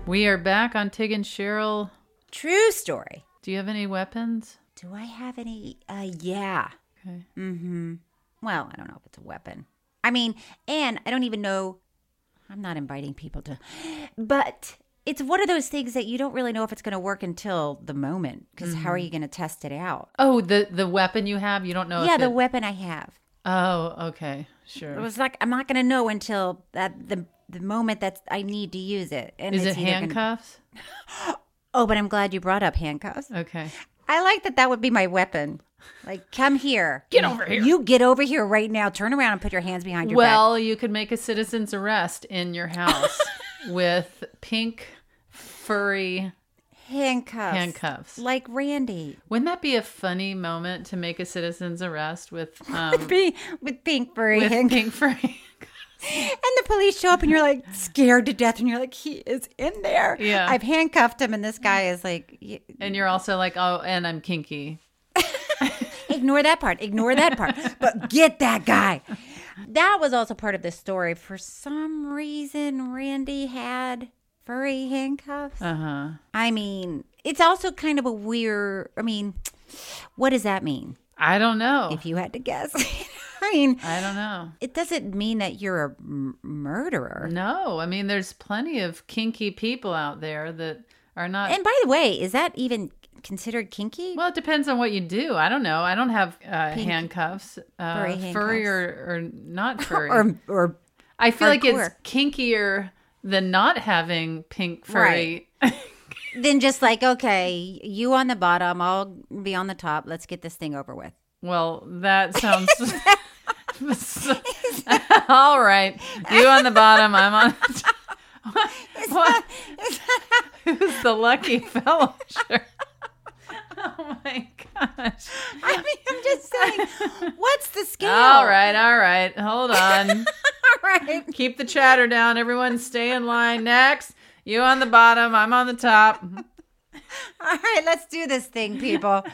Speaker 2: We are back on Tig and Cheryl.
Speaker 3: True story.
Speaker 2: Do you have any weapons?
Speaker 3: Do I have any? Uh, yeah.
Speaker 2: Okay.
Speaker 3: Mm-hmm. Well, I don't know if it's a weapon. I mean, and I don't even know. I'm not inviting people to, but it's one of those things that you don't really know if it's going to work until the moment. Because how are
Speaker 2: Mhm.
Speaker 3: you going to test it out?
Speaker 2: Oh, the the weapon you have, you don't know.
Speaker 3: yeah,
Speaker 2: if
Speaker 3: the
Speaker 2: Oh, it-
Speaker 3: weapon I have.
Speaker 2: Oh, okay, sure.
Speaker 3: It was like I'm not going to know until that the the moment that I need to use it. And
Speaker 2: Is
Speaker 3: it's
Speaker 2: it
Speaker 3: either gonna-
Speaker 2: handcuffs?
Speaker 3: Oh, but I'm glad you brought up handcuffs.
Speaker 2: Okay.
Speaker 3: I like that that would be my weapon. Like, come here.
Speaker 2: Get over here.
Speaker 3: You get over here right now. Turn around and put your hands behind your
Speaker 2: Well, you could make a citizen's arrest in your house with pink furry
Speaker 3: back. Handcuffs.
Speaker 2: handcuffs.
Speaker 3: Like Randy.
Speaker 2: Wouldn't that be a funny moment to make a citizen's arrest with um,
Speaker 3: be with pink furry
Speaker 2: with
Speaker 3: handcuffs.
Speaker 2: pink furry?
Speaker 3: And the police show up and you're like scared to death and you're like, he is in there.
Speaker 2: Yeah.
Speaker 3: I've handcuffed him and this guy is like, y-
Speaker 2: And you're also like, oh, and I'm kinky.
Speaker 3: ignore that part, ignore that part, but get that guy. That was also part of the story. For some reason, Randy had furry handcuffs.
Speaker 2: Uh huh.
Speaker 3: I mean, it's also kind of a weird. I mean, what does that mean?
Speaker 2: I don't know.
Speaker 3: If you had to guess, I mean,
Speaker 2: I don't know.
Speaker 3: It doesn't mean that you're a m- murderer.
Speaker 2: No, I mean, there's plenty of kinky people out there that are not.
Speaker 3: And by the way, is that even considered kinky?
Speaker 2: Well, it depends on what you do. I don't know. I don't have uh,
Speaker 3: Pink-
Speaker 2: handcuffs, uh,
Speaker 3: furry
Speaker 2: furry or, or not furry.
Speaker 3: Or or
Speaker 2: I feel like it's
Speaker 3: hardcore.
Speaker 2: kinkier than not having pink furry.
Speaker 3: Then just like, okay, you on the bottom, I'll be on the top. Let's get this thing over with.
Speaker 2: Well, that sounds. All right, you on the bottom, I'm on. what? Who's the lucky fellow? Sure. Oh my gosh!
Speaker 3: I mean, I'm just saying, what's the scale?
Speaker 2: All right, all right. Hold on.
Speaker 3: all right.
Speaker 2: Keep the chatter down. Everyone stay in line. Next. You on the bottom, I'm on the top.
Speaker 3: All right, let's do this thing, people.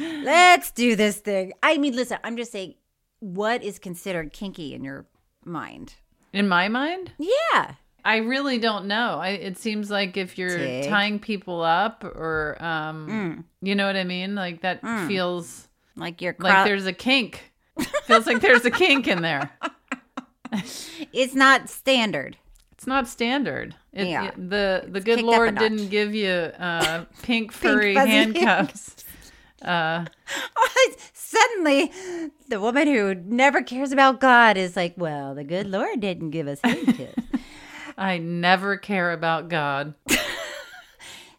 Speaker 3: let's do this thing. I mean, listen, I'm just saying, what is considered kinky in your mind?
Speaker 2: In my mind?
Speaker 3: Yeah.
Speaker 2: I really don't know. I, it seems like if you're
Speaker 3: Tig.
Speaker 2: tying people up or um you know what I mean? Like that
Speaker 3: Mm.
Speaker 2: feels
Speaker 3: Like you're
Speaker 2: like there's a kink. feels like there's a kink in there.
Speaker 3: it's not standard.
Speaker 2: It's not standard. It,
Speaker 3: Yeah.
Speaker 2: it- the the good
Speaker 3: kicked up a
Speaker 2: Lord
Speaker 3: notch.
Speaker 2: didn't give you uh pink furry
Speaker 3: fuzzy
Speaker 2: handcuffs. Uh
Speaker 3: Oh, Suddenly, the woman who never cares about God is like, well, the good Lord didn't give us handcuffs.
Speaker 2: I never care about God.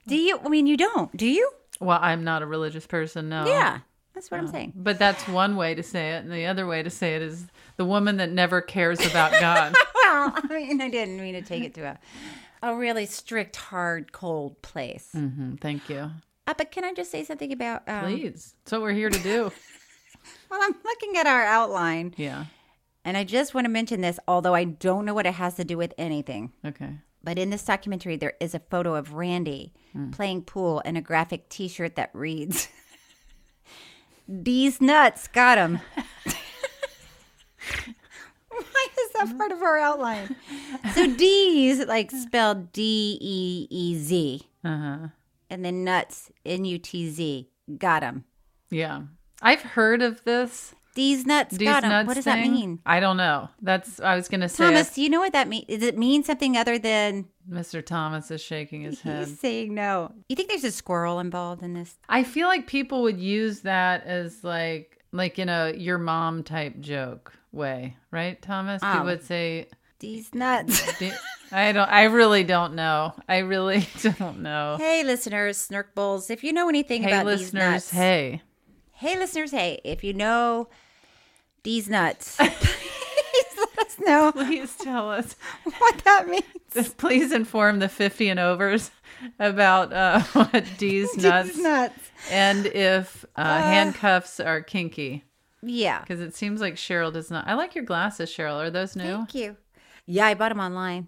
Speaker 3: do you? I mean, you don't, do you?
Speaker 2: Well, I'm not a religious person, no.
Speaker 3: Yeah, that's what I'm saying.
Speaker 2: But that's one way to say it. And the other way to say it is the woman that never cares about God.
Speaker 3: well, I mean, I didn't mean to take it to a a really strict, hard, cold place.
Speaker 2: hmm thank you.
Speaker 3: Uh, but can I just say something about? Um,
Speaker 2: Please. That's what we're here to do.
Speaker 3: Well, I'm looking at our outline,
Speaker 2: Yeah.
Speaker 3: and I just want to mention this, although I don't know what it has to do with anything.
Speaker 2: Okay.
Speaker 3: But in this documentary, there is a photo of Randy
Speaker 2: Hmm.
Speaker 3: playing pool in a graphic T-shirt that reads, "These nuts got him." Why is that part of our outline? So D's like spelled D E E Z,
Speaker 2: Uh-huh.
Speaker 3: and then nuts N U T Z got him.
Speaker 2: Yeah. I've heard of this.
Speaker 3: These nuts
Speaker 2: These
Speaker 3: got him.
Speaker 2: nuts
Speaker 3: what does that
Speaker 2: thing.
Speaker 3: mean?
Speaker 2: I don't know. That's I was gonna say
Speaker 3: Thomas,
Speaker 2: it.
Speaker 3: do you know what that means? Does it mean something other than
Speaker 2: Mr. Thomas is shaking his head.
Speaker 3: he's saying no? You think there's a squirrel involved in this?
Speaker 2: I feel like people would use that as like like in a your mom type joke way, right, Thomas?
Speaker 3: Oh.
Speaker 2: People would say
Speaker 3: These nuts.
Speaker 2: "D- I don't I really don't know. I really don't know.
Speaker 3: hey, listeners, snark bulls. If you know anything
Speaker 2: Hey,
Speaker 3: about these
Speaker 2: listeners,
Speaker 3: nuts,
Speaker 2: hey.
Speaker 3: hey, listeners, hey, if you know these nuts, please let us know
Speaker 2: Please tell us.
Speaker 3: what that means.
Speaker 2: Just please inform the 50 and overs about uh, what D's nuts,
Speaker 3: These nuts.
Speaker 2: and if uh, handcuffs are kinky.
Speaker 3: Yeah.
Speaker 2: Because it seems like Cheryl does not. I like your glasses, Cheryl. Are those new?
Speaker 3: Thank you. Yeah, I bought them online.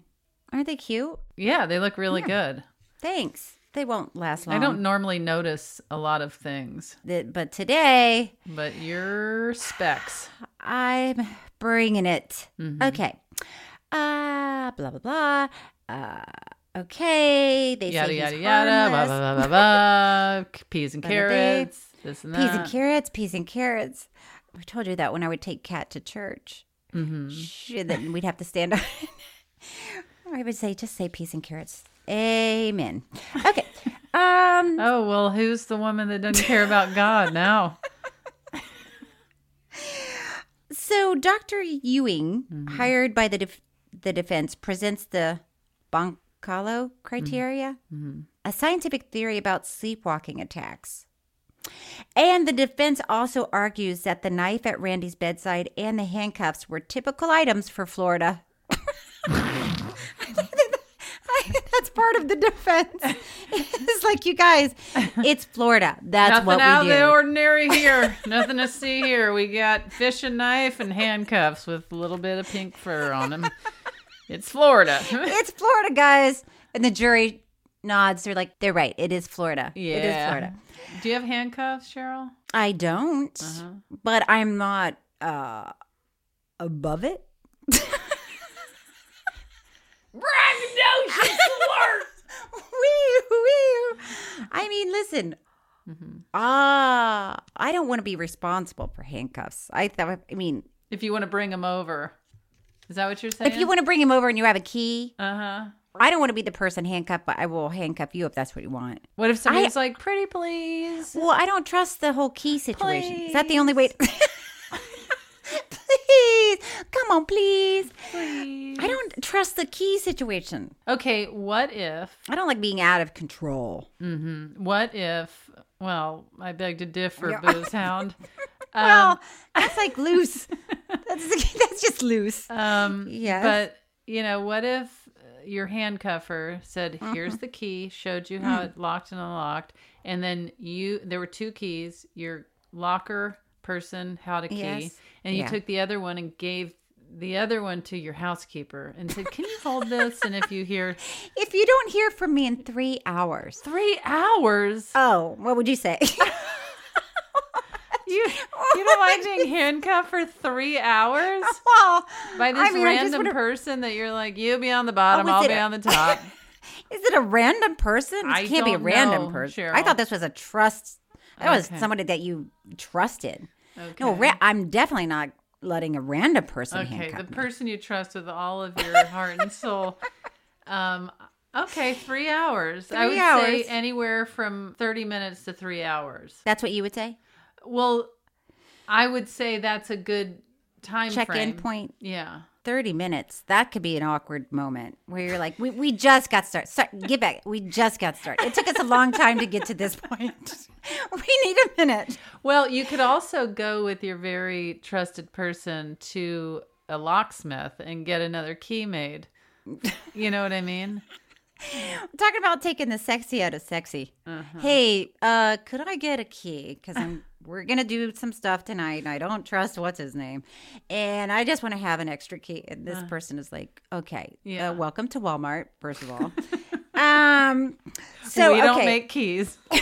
Speaker 3: Aren't they cute?
Speaker 2: Yeah, they look really good.
Speaker 3: Thanks. They won't last long.
Speaker 2: I don't normally notice a lot of things,
Speaker 3: know. But today,
Speaker 2: but your specs.
Speaker 3: I'm bringing it.
Speaker 2: Mm-hmm.
Speaker 3: Okay. Uh, blah, blah, blah. Uh, okay. They
Speaker 2: yada,
Speaker 3: say
Speaker 2: yada,
Speaker 3: he's
Speaker 2: yada. Blah,
Speaker 3: harmless.
Speaker 2: blah, blah, blah, blah. Peas and
Speaker 3: Blah, blah, blah.
Speaker 2: carrots. This and that.
Speaker 3: Peas and carrots, peas and carrots. I told you that when I would take Cat to church.
Speaker 2: Mhm.
Speaker 3: Shh, And then we'd have to stand up. I would say, just say peas and carrots. Amen. Okay. Um,
Speaker 2: Oh, well, who's the woman that doesn't care about God now?
Speaker 3: So Dr. Ewing,
Speaker 2: Mm-hmm.
Speaker 3: hired by the def- the defense, presents the Boncalo criteria,
Speaker 2: Mm-hmm.
Speaker 3: a scientific theory about sleepwalking attacks. And the defense also argues that the knife at Randy's bedside and the handcuffs were typical items for Florida. I think that's part of the defense. It's like you guys, it's Florida. That's
Speaker 2: Nothing
Speaker 3: what we
Speaker 2: out of
Speaker 3: do.
Speaker 2: the ordinary here. Nothing to see here. We got fishing knife and handcuffs with a little bit of pink fur on them. It's Florida.
Speaker 3: it's Florida, guys. And the jury nods. They're like, they're right. It is Florida.
Speaker 2: yeah.
Speaker 3: It is Florida.
Speaker 2: Do you have handcuffs, Cheryl?
Speaker 3: I don't,
Speaker 2: Uh-huh.
Speaker 3: but I'm not uh, above it.
Speaker 2: Braggadocious alert!
Speaker 3: woo. I mean, listen.
Speaker 2: Mm-hmm.
Speaker 3: Ah, I don't want to be responsible for handcuffs. I th- I mean,
Speaker 2: if you want to bring him over, is that what you're saying?
Speaker 3: if you want to bring him over and you have a key,
Speaker 2: uh huh.
Speaker 3: I don't want to be the person handcuffed, but I will handcuff you if that's what you want.
Speaker 2: What if
Speaker 3: I,
Speaker 2: somebody's like, pretty please?
Speaker 3: well, I don't trust the whole key situation. Is that the only way? To- please, come on, please. please. I don't trust the key situation.
Speaker 2: Okay, what if?
Speaker 3: I don't like being out of control.
Speaker 2: Mm-hmm. What if? Well, I beg to differ, booze hound.
Speaker 3: well, that's like loose. that's that's just loose.
Speaker 2: Um,
Speaker 3: Yes.
Speaker 2: But you know, what if uh, your handcuffer said,
Speaker 3: Uh-huh.
Speaker 2: "Here's the key," showed you how
Speaker 3: Mm.
Speaker 2: it locked and unlocked, and then you there were two keys. Your locker person had a key,
Speaker 3: Yes.
Speaker 2: and you
Speaker 3: Yeah.
Speaker 2: took the other one and gave the other one to your housekeeper and said, "Can you hold this?" and if you hear
Speaker 3: If you don't hear from me in three hours,
Speaker 2: three hours.
Speaker 3: Oh, what would you say?
Speaker 2: you you don't mind being handcuffed for three hours
Speaker 3: well,
Speaker 2: by this
Speaker 3: I mean, I just
Speaker 2: random
Speaker 3: would've- Oh,
Speaker 2: person that you're like, you be on the bottom,
Speaker 3: is
Speaker 2: I'll
Speaker 3: it
Speaker 2: be
Speaker 3: a-
Speaker 2: on the top.
Speaker 3: Is it a random person? It
Speaker 2: I
Speaker 3: can't be a
Speaker 2: don't
Speaker 3: random
Speaker 2: know,
Speaker 3: person.
Speaker 2: Cheryl.
Speaker 3: I thought this was a trust. That
Speaker 2: Okay.
Speaker 3: was somebody that you trusted. No,
Speaker 2: Okay.
Speaker 3: ra- I'm definitely not letting a random person
Speaker 2: Okay,
Speaker 3: handcuff.
Speaker 2: the person you trust with all of your heart and soul. Um, okay, three hours.
Speaker 3: Three
Speaker 2: I would say
Speaker 3: hours.
Speaker 2: anywhere from thirty minutes to three hours.
Speaker 3: That's what you would say.
Speaker 2: Well, I would say that's a good time
Speaker 3: Check-in
Speaker 2: frame.
Speaker 3: point.
Speaker 2: Yeah.
Speaker 3: Thirty minutes. That could be an awkward moment where you're like, "We, we just got started. Sorry, get back. We just got started. It took us a long time to get to this point. we need a minute."
Speaker 2: Well, you could also go with your very trusted person to a locksmith and get another key made. You know what I mean?
Speaker 3: Talking about taking the sexy out of sexy.
Speaker 2: Uh-huh.
Speaker 3: Hey, uh, could I get a key? Because I'm we're gonna do some stuff tonight, and I don't trust what's his name, and I just want to have an extra key. And this
Speaker 2: Uh.
Speaker 3: person is like, okay,
Speaker 2: Yeah.
Speaker 3: uh, welcome to Walmart, first of all. um, so
Speaker 2: we don't
Speaker 3: okay.
Speaker 2: make keys.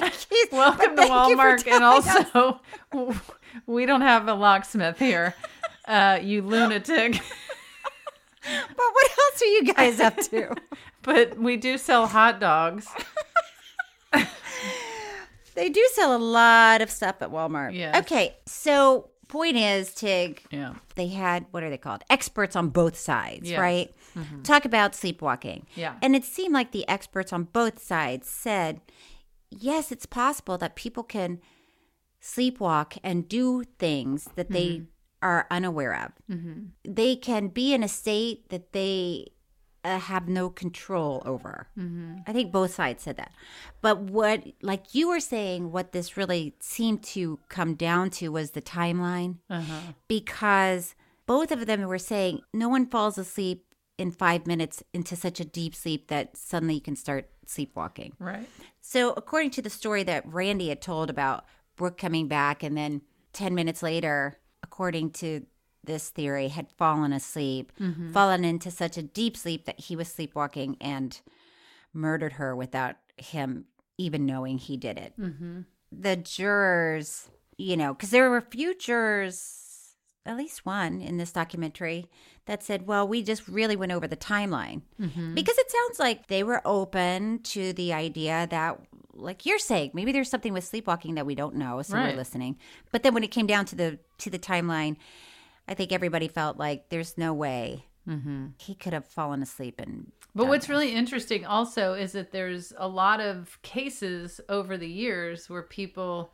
Speaker 3: Keys, but
Speaker 2: Welcome to
Speaker 3: thank you for
Speaker 2: Walmart, and
Speaker 3: telling us.
Speaker 2: also we don't have a locksmith here. Uh, you lunatic!
Speaker 3: But what else are you guys up to?
Speaker 2: But we do sell hot dogs.
Speaker 3: they do sell a lot of stuff at Walmart.
Speaker 2: Yes.
Speaker 3: Okay, so point is, Tig.
Speaker 2: Yeah.
Speaker 3: They had what are they called? Experts on both sides,
Speaker 2: Yes.
Speaker 3: right? Talk about sleepwalking.
Speaker 2: Yeah.
Speaker 3: And it seemed like the experts on both sides said, yes, it's possible that people can sleepwalk and do things that they are unaware of. They can be in a state that they uh, have no control over. I think both sides said that. But what, like you were saying, what this really seemed to come down to was the timeline
Speaker 2: Uh-huh.
Speaker 3: because both of them were saying no one falls asleep in five minutes into such a deep sleep that suddenly you can start sleepwalking.
Speaker 2: Right.
Speaker 3: So, according to the story that Randy had told about Brooke coming back, and then 10 minutes later, according to this theory, had fallen asleep,
Speaker 2: Mhm.
Speaker 3: fallen into such a deep sleep that he was sleepwalking and murdered her without him even knowing he did it
Speaker 2: Mm-hmm.
Speaker 3: the jurors, you know, because there were a few jurors, at least one in this documentary, that said, well, we just really went over the timeline.
Speaker 2: Mhm.
Speaker 3: Because it sounds like they were open to the idea that, like you're saying, maybe there's something with sleepwalking that we don't know, so
Speaker 2: Right.
Speaker 3: we're listening. But then when it came down to the to the timeline, I think everybody felt like there's no way
Speaker 2: Mm-hmm.
Speaker 3: he could have fallen asleep and
Speaker 2: But
Speaker 3: done
Speaker 2: what's
Speaker 3: this.
Speaker 2: really interesting also is that there's a lot of cases over the years where people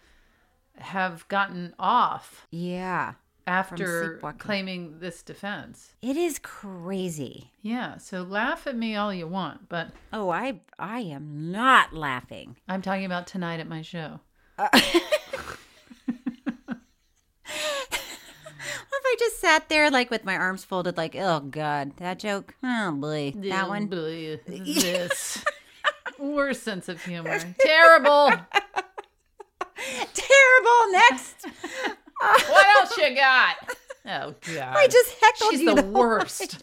Speaker 2: have gotten off
Speaker 3: yeah
Speaker 2: after
Speaker 3: sleepwalking.
Speaker 2: claiming this defense.
Speaker 3: it is crazy
Speaker 2: Yeah, so laugh at me all you want, but
Speaker 3: oh i i am not laughing
Speaker 2: I'm talking about tonight at my show.
Speaker 3: What if I just sat there like with my arms folded, like, oh god, that joke, oh boy, that one.
Speaker 2: Bleh, This. Worst sense of humor. Terrible.
Speaker 3: Terrible. Next.
Speaker 2: What else you got? Oh god.
Speaker 3: I just heckled
Speaker 2: She's
Speaker 3: you the
Speaker 2: the
Speaker 3: whole
Speaker 2: worst.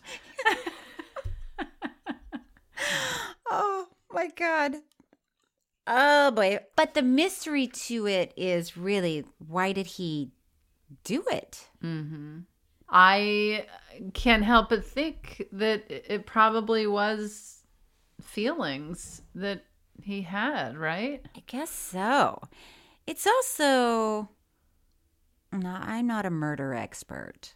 Speaker 3: Oh my god. Oh boy. But the mystery to it is really why did he do it?
Speaker 2: Mm-hmm. I can't help but think that it probably was feelings that he had, right?
Speaker 3: I guess so. It's also. No, I'm not a murder expert.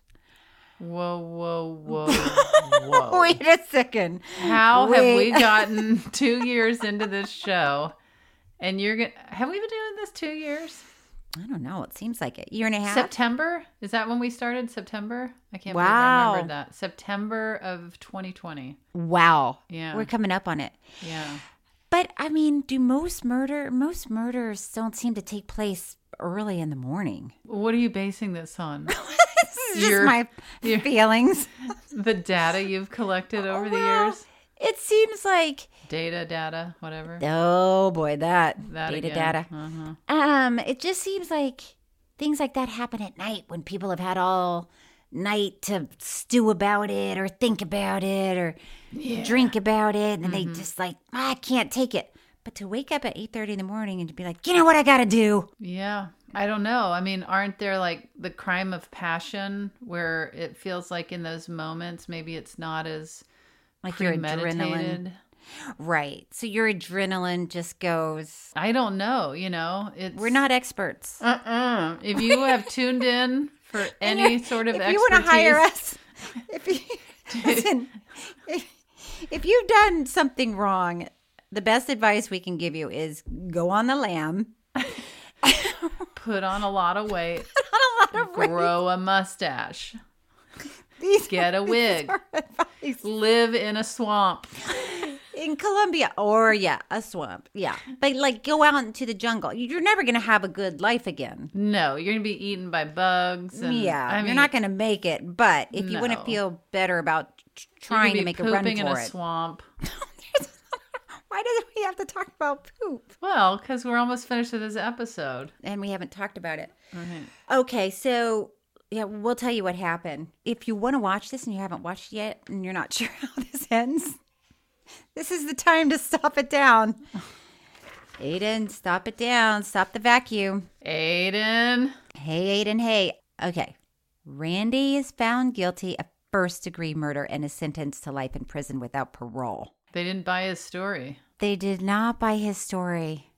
Speaker 2: Whoa, whoa, whoa, whoa.
Speaker 3: Wait a second.
Speaker 2: How have we
Speaker 3: Wait.
Speaker 2: gotten two years into this show? And you're gonna have we been doing this two years?
Speaker 3: I don't know. It seems like it. Year and a half.
Speaker 2: September? Is that when we started? September? I can't believe I
Speaker 3: Wow.
Speaker 2: remembered that. September of 2020.
Speaker 3: Wow.
Speaker 2: Yeah.
Speaker 3: We're coming up on it.
Speaker 2: Yeah.
Speaker 3: But I mean, do most murder most murders don't seem to take place early in the morning?
Speaker 2: What are you basing this on?
Speaker 3: this is just my feelings.
Speaker 2: The data you've collected over
Speaker 3: Oh,
Speaker 2: the years?
Speaker 3: It seems like
Speaker 2: Data, data, whatever.
Speaker 3: oh boy, that,
Speaker 2: That
Speaker 3: data
Speaker 2: again.
Speaker 3: data.
Speaker 2: Uh-huh.
Speaker 3: Um, it just seems like things like that happen at night when people have had all night to stew about it or think about it or drink about it, and they just like "Ah, I can't take it. But to wake up at eight thirty in the morning and to be like, you know what, I gotta do.
Speaker 2: Yeah. I don't know. I mean, aren't there like the crime of passion where it feels like in those moments maybe it's not as
Speaker 3: Like your
Speaker 2: premeditated?
Speaker 3: adrenaline. Right. So your adrenaline just goes.
Speaker 2: I don't know. You know, it's
Speaker 3: We're not experts.
Speaker 2: Uh-uh. If you have tuned in for
Speaker 3: And
Speaker 2: any
Speaker 3: you're-
Speaker 2: sort of
Speaker 3: if
Speaker 2: expertise,
Speaker 3: you want to hire us, if you listen, if, if you've done something wrong, the best advice we can give you is go on the lamb.
Speaker 2: put on a lot of weight,
Speaker 3: on a lot of weight.
Speaker 2: grow a mustache,
Speaker 3: These
Speaker 2: get a wig, live in a swamp.
Speaker 3: in Colombia or yeah, a swamp. Yeah. But like go out into the jungle. You're never going to have a good life again.
Speaker 2: No, you're gonna be eaten by bugs. And,
Speaker 3: yeah.
Speaker 2: I mean,
Speaker 3: you're not going to make it, but if you want to
Speaker 2: No.
Speaker 3: feel better about t-
Speaker 2: you're gonna
Speaker 3: trying to
Speaker 2: be
Speaker 3: make a run for
Speaker 2: pooping in a
Speaker 3: it.
Speaker 2: swamp.
Speaker 3: Why do we have to talk about poop?
Speaker 2: Well, because we're almost finished with this episode.
Speaker 3: And we haven't talked about it.
Speaker 2: Right.
Speaker 3: Okay, so yeah, we'll tell you what happened. If you want to watch this and you haven't watched it yet and you're not sure how this ends, this is the time to stop it down. Aiden, stop it down. Stop the vacuum.
Speaker 2: Aiden.
Speaker 3: Hey, Aiden, hey. Okay. Randy is found guilty of first degree murder and is sentenced to life in prison without parole.
Speaker 2: They didn't buy his story.
Speaker 3: They did not buy his story.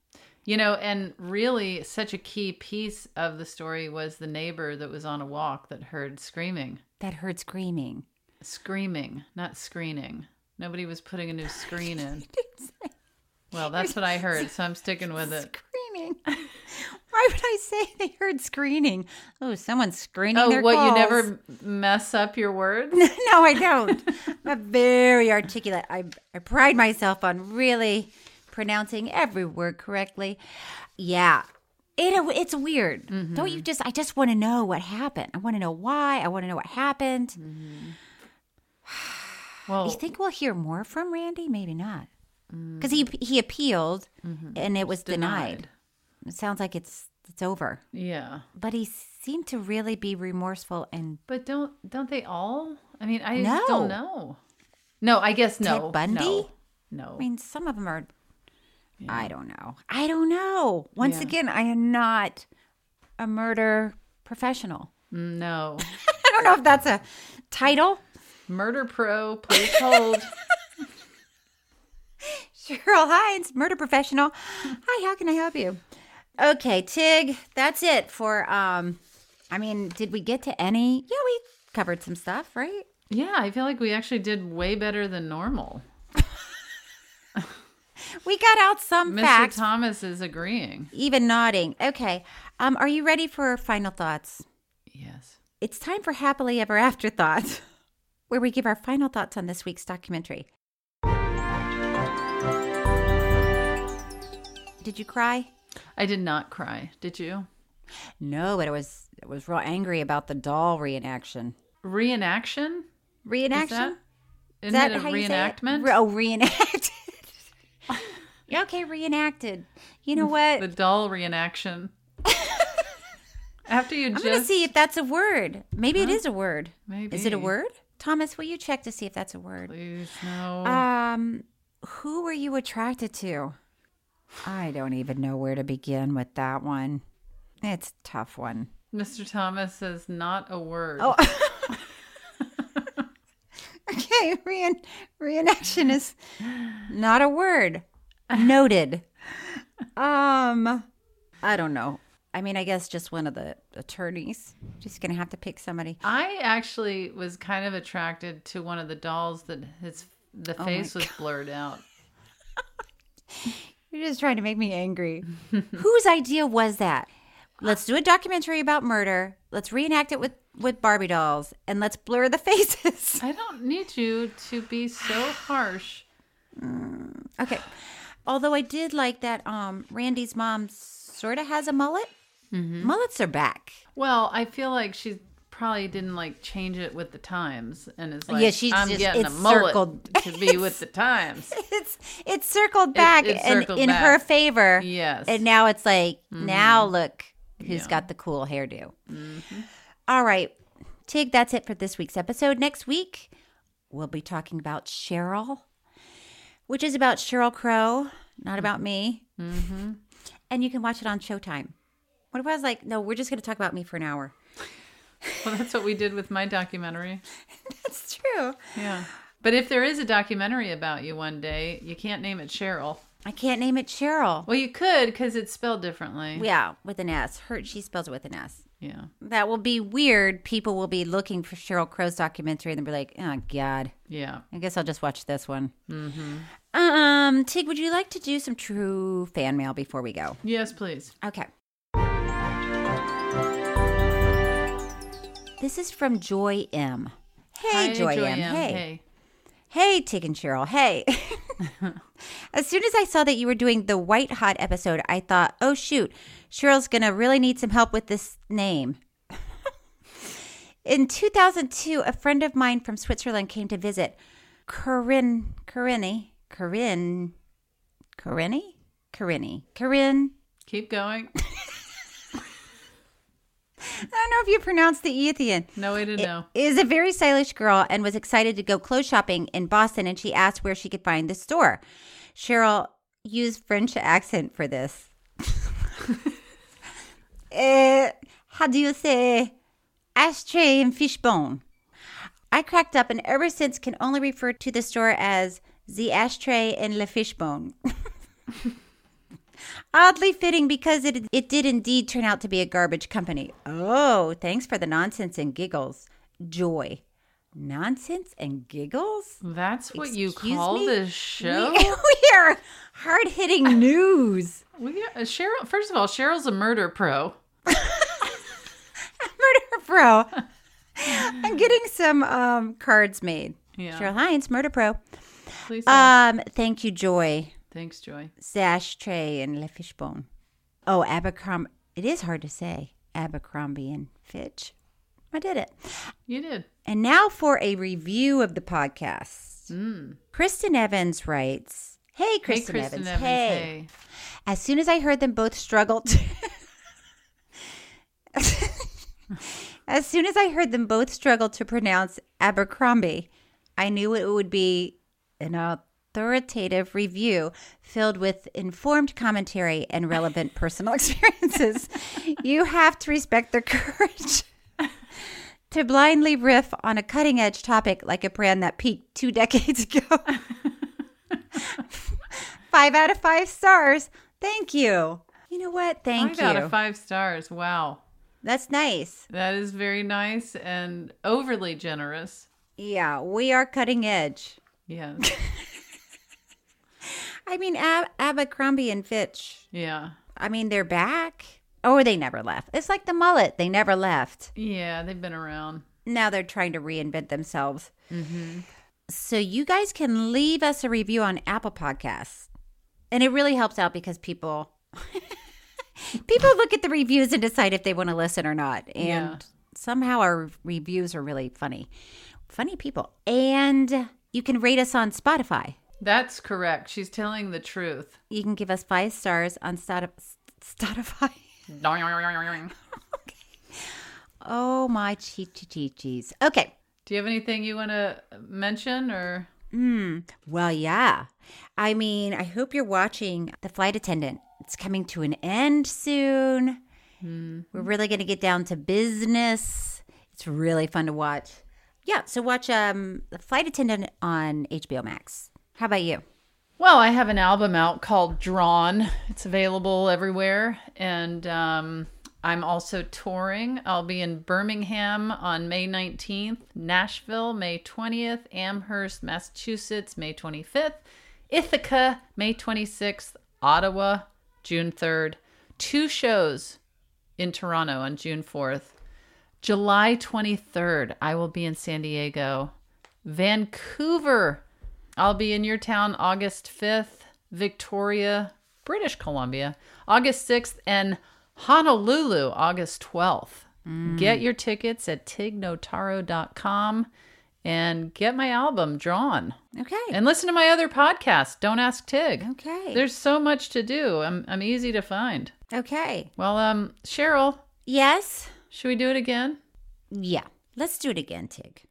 Speaker 2: You know, and really, such a key piece of the story was the neighbor that was on a walk that heard screaming.
Speaker 3: That heard screaming.
Speaker 2: Screaming, not screening. Nobody was putting a new screen in. Well, that's what I heard, so I'm sticking with it.
Speaker 3: Screening. Why would I say they heard screening? Oh, someone's screening
Speaker 2: Oh,
Speaker 3: their
Speaker 2: what? You
Speaker 3: calls.
Speaker 2: never m- mess up your words?
Speaker 3: no, I don't. I'm very articulate. I, I pride myself on really pronouncing every word correctly. Yeah. It, it's weird. Don't
Speaker 2: Mm-hmm.
Speaker 3: you just, I just want to know what happened. I want to know why. I want to know what happened.
Speaker 2: Well, Oh.
Speaker 3: You think we'll hear more from Randy? Maybe not. Because he, he appealed and it was denied.
Speaker 2: Mm. Mm-hmm. denied.
Speaker 3: It sounds like it's, it's over.
Speaker 2: yeah.
Speaker 3: But he seemed to really be remorseful and
Speaker 2: But don't don't they all? I mean, I just don't
Speaker 3: No.
Speaker 2: know. No, I guess no.
Speaker 3: Ted Bundy?
Speaker 2: No. no.
Speaker 3: I mean, some of them are. I don't know. I don't know. Once
Speaker 2: Yeah.
Speaker 3: again, I am not a murder professional.
Speaker 2: Mm, no.
Speaker 3: I don't know if that's a title.
Speaker 2: Murder pro, please hold.
Speaker 3: Cheryl Hines, murder professional. Hi, how can I help you? Okay, Tig, that's it for. um I mean, did we get to any? Yeah, we covered some stuff, right?
Speaker 2: yeah, I feel like we actually did way better than normal.
Speaker 3: We got out some
Speaker 2: Mr.
Speaker 3: facts,
Speaker 2: Thomas is agreeing.
Speaker 3: even nodding. Okay, um, are you ready for final thoughts?
Speaker 2: Yes.
Speaker 3: It's time for Happily Ever After Thoughts, where we give our final thoughts on this week's documentary. Did you cry?
Speaker 2: I did not cry. Did you?
Speaker 3: No, but it was it was real angry about the doll reenaction.
Speaker 2: Reenaction? Is
Speaker 3: Reenaction?
Speaker 2: that,
Speaker 3: Is
Speaker 2: isn't
Speaker 3: that
Speaker 2: it a
Speaker 3: how you say it?
Speaker 2: reenactment?
Speaker 3: Re- oh, reenacted. Yeah, okay, reenacted. You know what?
Speaker 2: The doll reenaction. After you
Speaker 3: I'm
Speaker 2: just
Speaker 3: gonna see if that's a word. Maybe it is a word. Is it
Speaker 2: Maybe.
Speaker 3: a word? Thomas, will you check to see if that's a word?
Speaker 2: please no.
Speaker 3: Um, who were you attracted to? I don't even know where to begin with that one. It's a tough one.
Speaker 2: Mr. Thomas says not a word.
Speaker 3: Oh. okay. okay, reen- reenaction is not a word. Noted. Um, I don't know. I mean, I guess just one of the attorneys. Just gonna have to pick somebody.
Speaker 2: I actually was kind of attracted to one of the dolls that his the
Speaker 3: Oh my
Speaker 2: face was
Speaker 3: God.
Speaker 2: blurred out.
Speaker 3: You're just trying to make me angry. Whose idea was that? Let's do a documentary about murder. Let's reenact it with with Barbie dolls, and let's blur the faces.
Speaker 2: I don't need you to be so harsh.
Speaker 3: Okay. Although I did like that um Randy's mom sort of has a mullet.
Speaker 2: Mm-hmm.
Speaker 3: Mullets are back.
Speaker 2: Well, I feel like she probably didn't like change it with the times, and it's like
Speaker 3: Yeah, she's
Speaker 2: I'm
Speaker 3: just-
Speaker 2: getting
Speaker 3: it's
Speaker 2: a mullet
Speaker 3: circled.
Speaker 2: to be with the times.
Speaker 3: It's it's circled back
Speaker 2: it's
Speaker 3: and
Speaker 2: circled
Speaker 3: in
Speaker 2: back.
Speaker 3: her favor.
Speaker 2: Yes. Mm-hmm.
Speaker 3: And now it's like now look who's got the cool hairdo. All right. Tig, that's it for this week's episode. Next week, we'll be talking about Cheryl, which is about Cheryl Crow, not about me.
Speaker 2: Mm-hmm.
Speaker 3: And you can watch it on Showtime. What if I was like, no, we're just going to talk about me for an hour?
Speaker 2: Well, that's what we did with my documentary.
Speaker 3: That's true.
Speaker 2: Yeah. But if there is a documentary about you one day, you can't name it Cheryl.
Speaker 3: I can't name it Cheryl.
Speaker 2: Well, you could because it's spelled differently.
Speaker 3: Yeah, with an S. Her, she spells it with an S.
Speaker 2: Yeah.
Speaker 3: That will be weird. People will be looking for Cheryl Crow's documentary and they'll be like, oh, God.
Speaker 2: Yeah.
Speaker 3: I guess I'll just watch this one.
Speaker 2: Mm-hmm.
Speaker 3: Um, Tig, would you like to do some true fan mail before we go?
Speaker 2: Yes, please.
Speaker 3: Okay. This is from Joy M. Hey,
Speaker 2: Hi,
Speaker 3: Joy,
Speaker 2: Joy
Speaker 3: M.
Speaker 2: M.
Speaker 3: Hey.
Speaker 2: Hey.
Speaker 3: hey. Tig and Cheryl. Hey. as soon as I saw that you were doing the White Hot episode, I thought, oh, shoot, Cheryl's going to really need some help with this name. In 2002, a friend of mine from Switzerland came to visit. Corinne, Corinne, Corinne, Corinne, Corinne, Corinne.
Speaker 2: Keep going.
Speaker 3: I don't know if you pronounce the E at the end.
Speaker 2: No way to know.
Speaker 3: Is a very stylish girl and was excited to go clothes shopping in Boston, and she asked where she could find the store. Cheryl used French accent for this. Eh, how do you say ashtray and fishbone? I cracked up and ever since can only refer to the store as the ashtray and le fishbone. Oddly fitting because it, it did indeed turn out to be a garbage company. Oh, thanks for the nonsense and giggles. Joy. Nonsense and giggles?
Speaker 2: That's what you
Speaker 3: Excuse
Speaker 2: call
Speaker 3: me?
Speaker 2: this show?
Speaker 3: We, we are hard hitting news.
Speaker 2: We are, uh, Cheryl. First of all, Cheryl's a murder pro.
Speaker 3: Murder Pro. I'm getting some um, cards made.
Speaker 2: Yeah.
Speaker 3: Cheryl Hines, Murder Pro.
Speaker 2: Please.
Speaker 3: Um, thank you, Joy.
Speaker 2: Thanks, Joy.
Speaker 3: Sash Tray and Le Fishbone. Oh, Abercrombie. It is hard to say. Abercrombie and Fitch. I did it.
Speaker 2: You did.
Speaker 3: And now for a review of the podcast.
Speaker 2: Mm.
Speaker 3: Kristen Evans writes Hey, Kristen,
Speaker 2: hey,
Speaker 3: Evans. Hey. As soon as I heard them both struggle to. as soon as I heard them both struggle to pronounce Abercrombie, I knew it would be an authoritative review filled with informed commentary and relevant personal experiences. you have to respect their courage. To blindly riff on a cutting edge topic like a brand that peaked two decades ago. five out of five stars. Thank you. You know what? Thank
Speaker 2: five
Speaker 3: you.
Speaker 2: out of five stars. Wow.
Speaker 3: That's nice.
Speaker 2: That is very nice and overly generous.
Speaker 3: Yeah, we are cutting edge.
Speaker 2: Yes.
Speaker 3: I mean, Ab- Abercrombie and Fitch.
Speaker 2: yeah.
Speaker 3: I mean, they're back. Or they never left. It's like the mullet. They never left.
Speaker 2: Yeah. They've been around.
Speaker 3: Now they're trying to reinvent themselves.
Speaker 2: Mm-hmm.
Speaker 3: So you guys can leave us a review on Apple Podcasts. And it really helps out because people people look at the reviews and decide if they want to listen or not. And
Speaker 2: Yeah.
Speaker 3: somehow our reviews are really funny. Funny people. And you can rate us on Spotify.
Speaker 2: That's correct. She's telling the truth.
Speaker 3: You can give us 5 stars on Stati- Spotify.
Speaker 2: Do
Speaker 3: Oh my chee chee chee chees. Okay.
Speaker 2: you have anything you want to mention or?
Speaker 3: Hmm. Well, yeah. I mean, I hope you're watching The Flight Attendant. It's coming to an end soon.
Speaker 2: Hmm.
Speaker 3: We're really going to get down to business. It's really fun to watch. Yeah, so watch um, The Flight Attendant on HBO Max. How about you?
Speaker 2: Well, I have an album out called Drawn. It's available everywhere. And um, I'm also touring. I'll be in Birmingham on May 19th, Nashville, May 20th, Amherst, Massachusetts, May 25th, Ithaca, May 26th, Ottawa, June 3rd. Two shows in Toronto on June 4th. July 23rd, I will be in San Diego. Vancouver, I'll be in your town August 5th, Victoria, British Columbia, August 6th, and Honolulu, August 12th.
Speaker 6: Mm.
Speaker 2: Get your tickets at tignotaro.com and get my album drawn.
Speaker 3: Okay.
Speaker 2: And listen to my other podcast, Don't Ask Tig.
Speaker 3: Okay.
Speaker 2: There's so much to do. I'm I'm easy to find.
Speaker 3: Okay.
Speaker 2: Well, um Cheryl.
Speaker 3: Yes.
Speaker 2: Should we do it again?
Speaker 3: Yeah, let's do it again, Tig.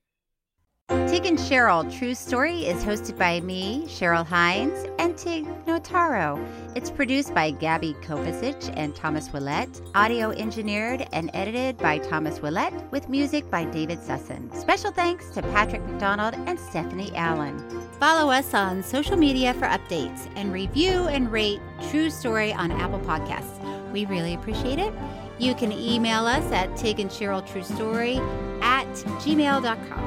Speaker 3: Tig and Cheryl True Story is hosted by me, Cheryl Hines, and Tig Notaro. It's produced by Gabby Kovacic and Thomas Willett, audio engineered and edited by Thomas Willett, with music by David Sussin. Special thanks to Patrick McDonald and Stephanie Allen. Follow us on social media for updates and review and rate True Story on Apple Podcasts. We really appreciate it. You can email us at Tig and Cheryl True Story at gmail.com.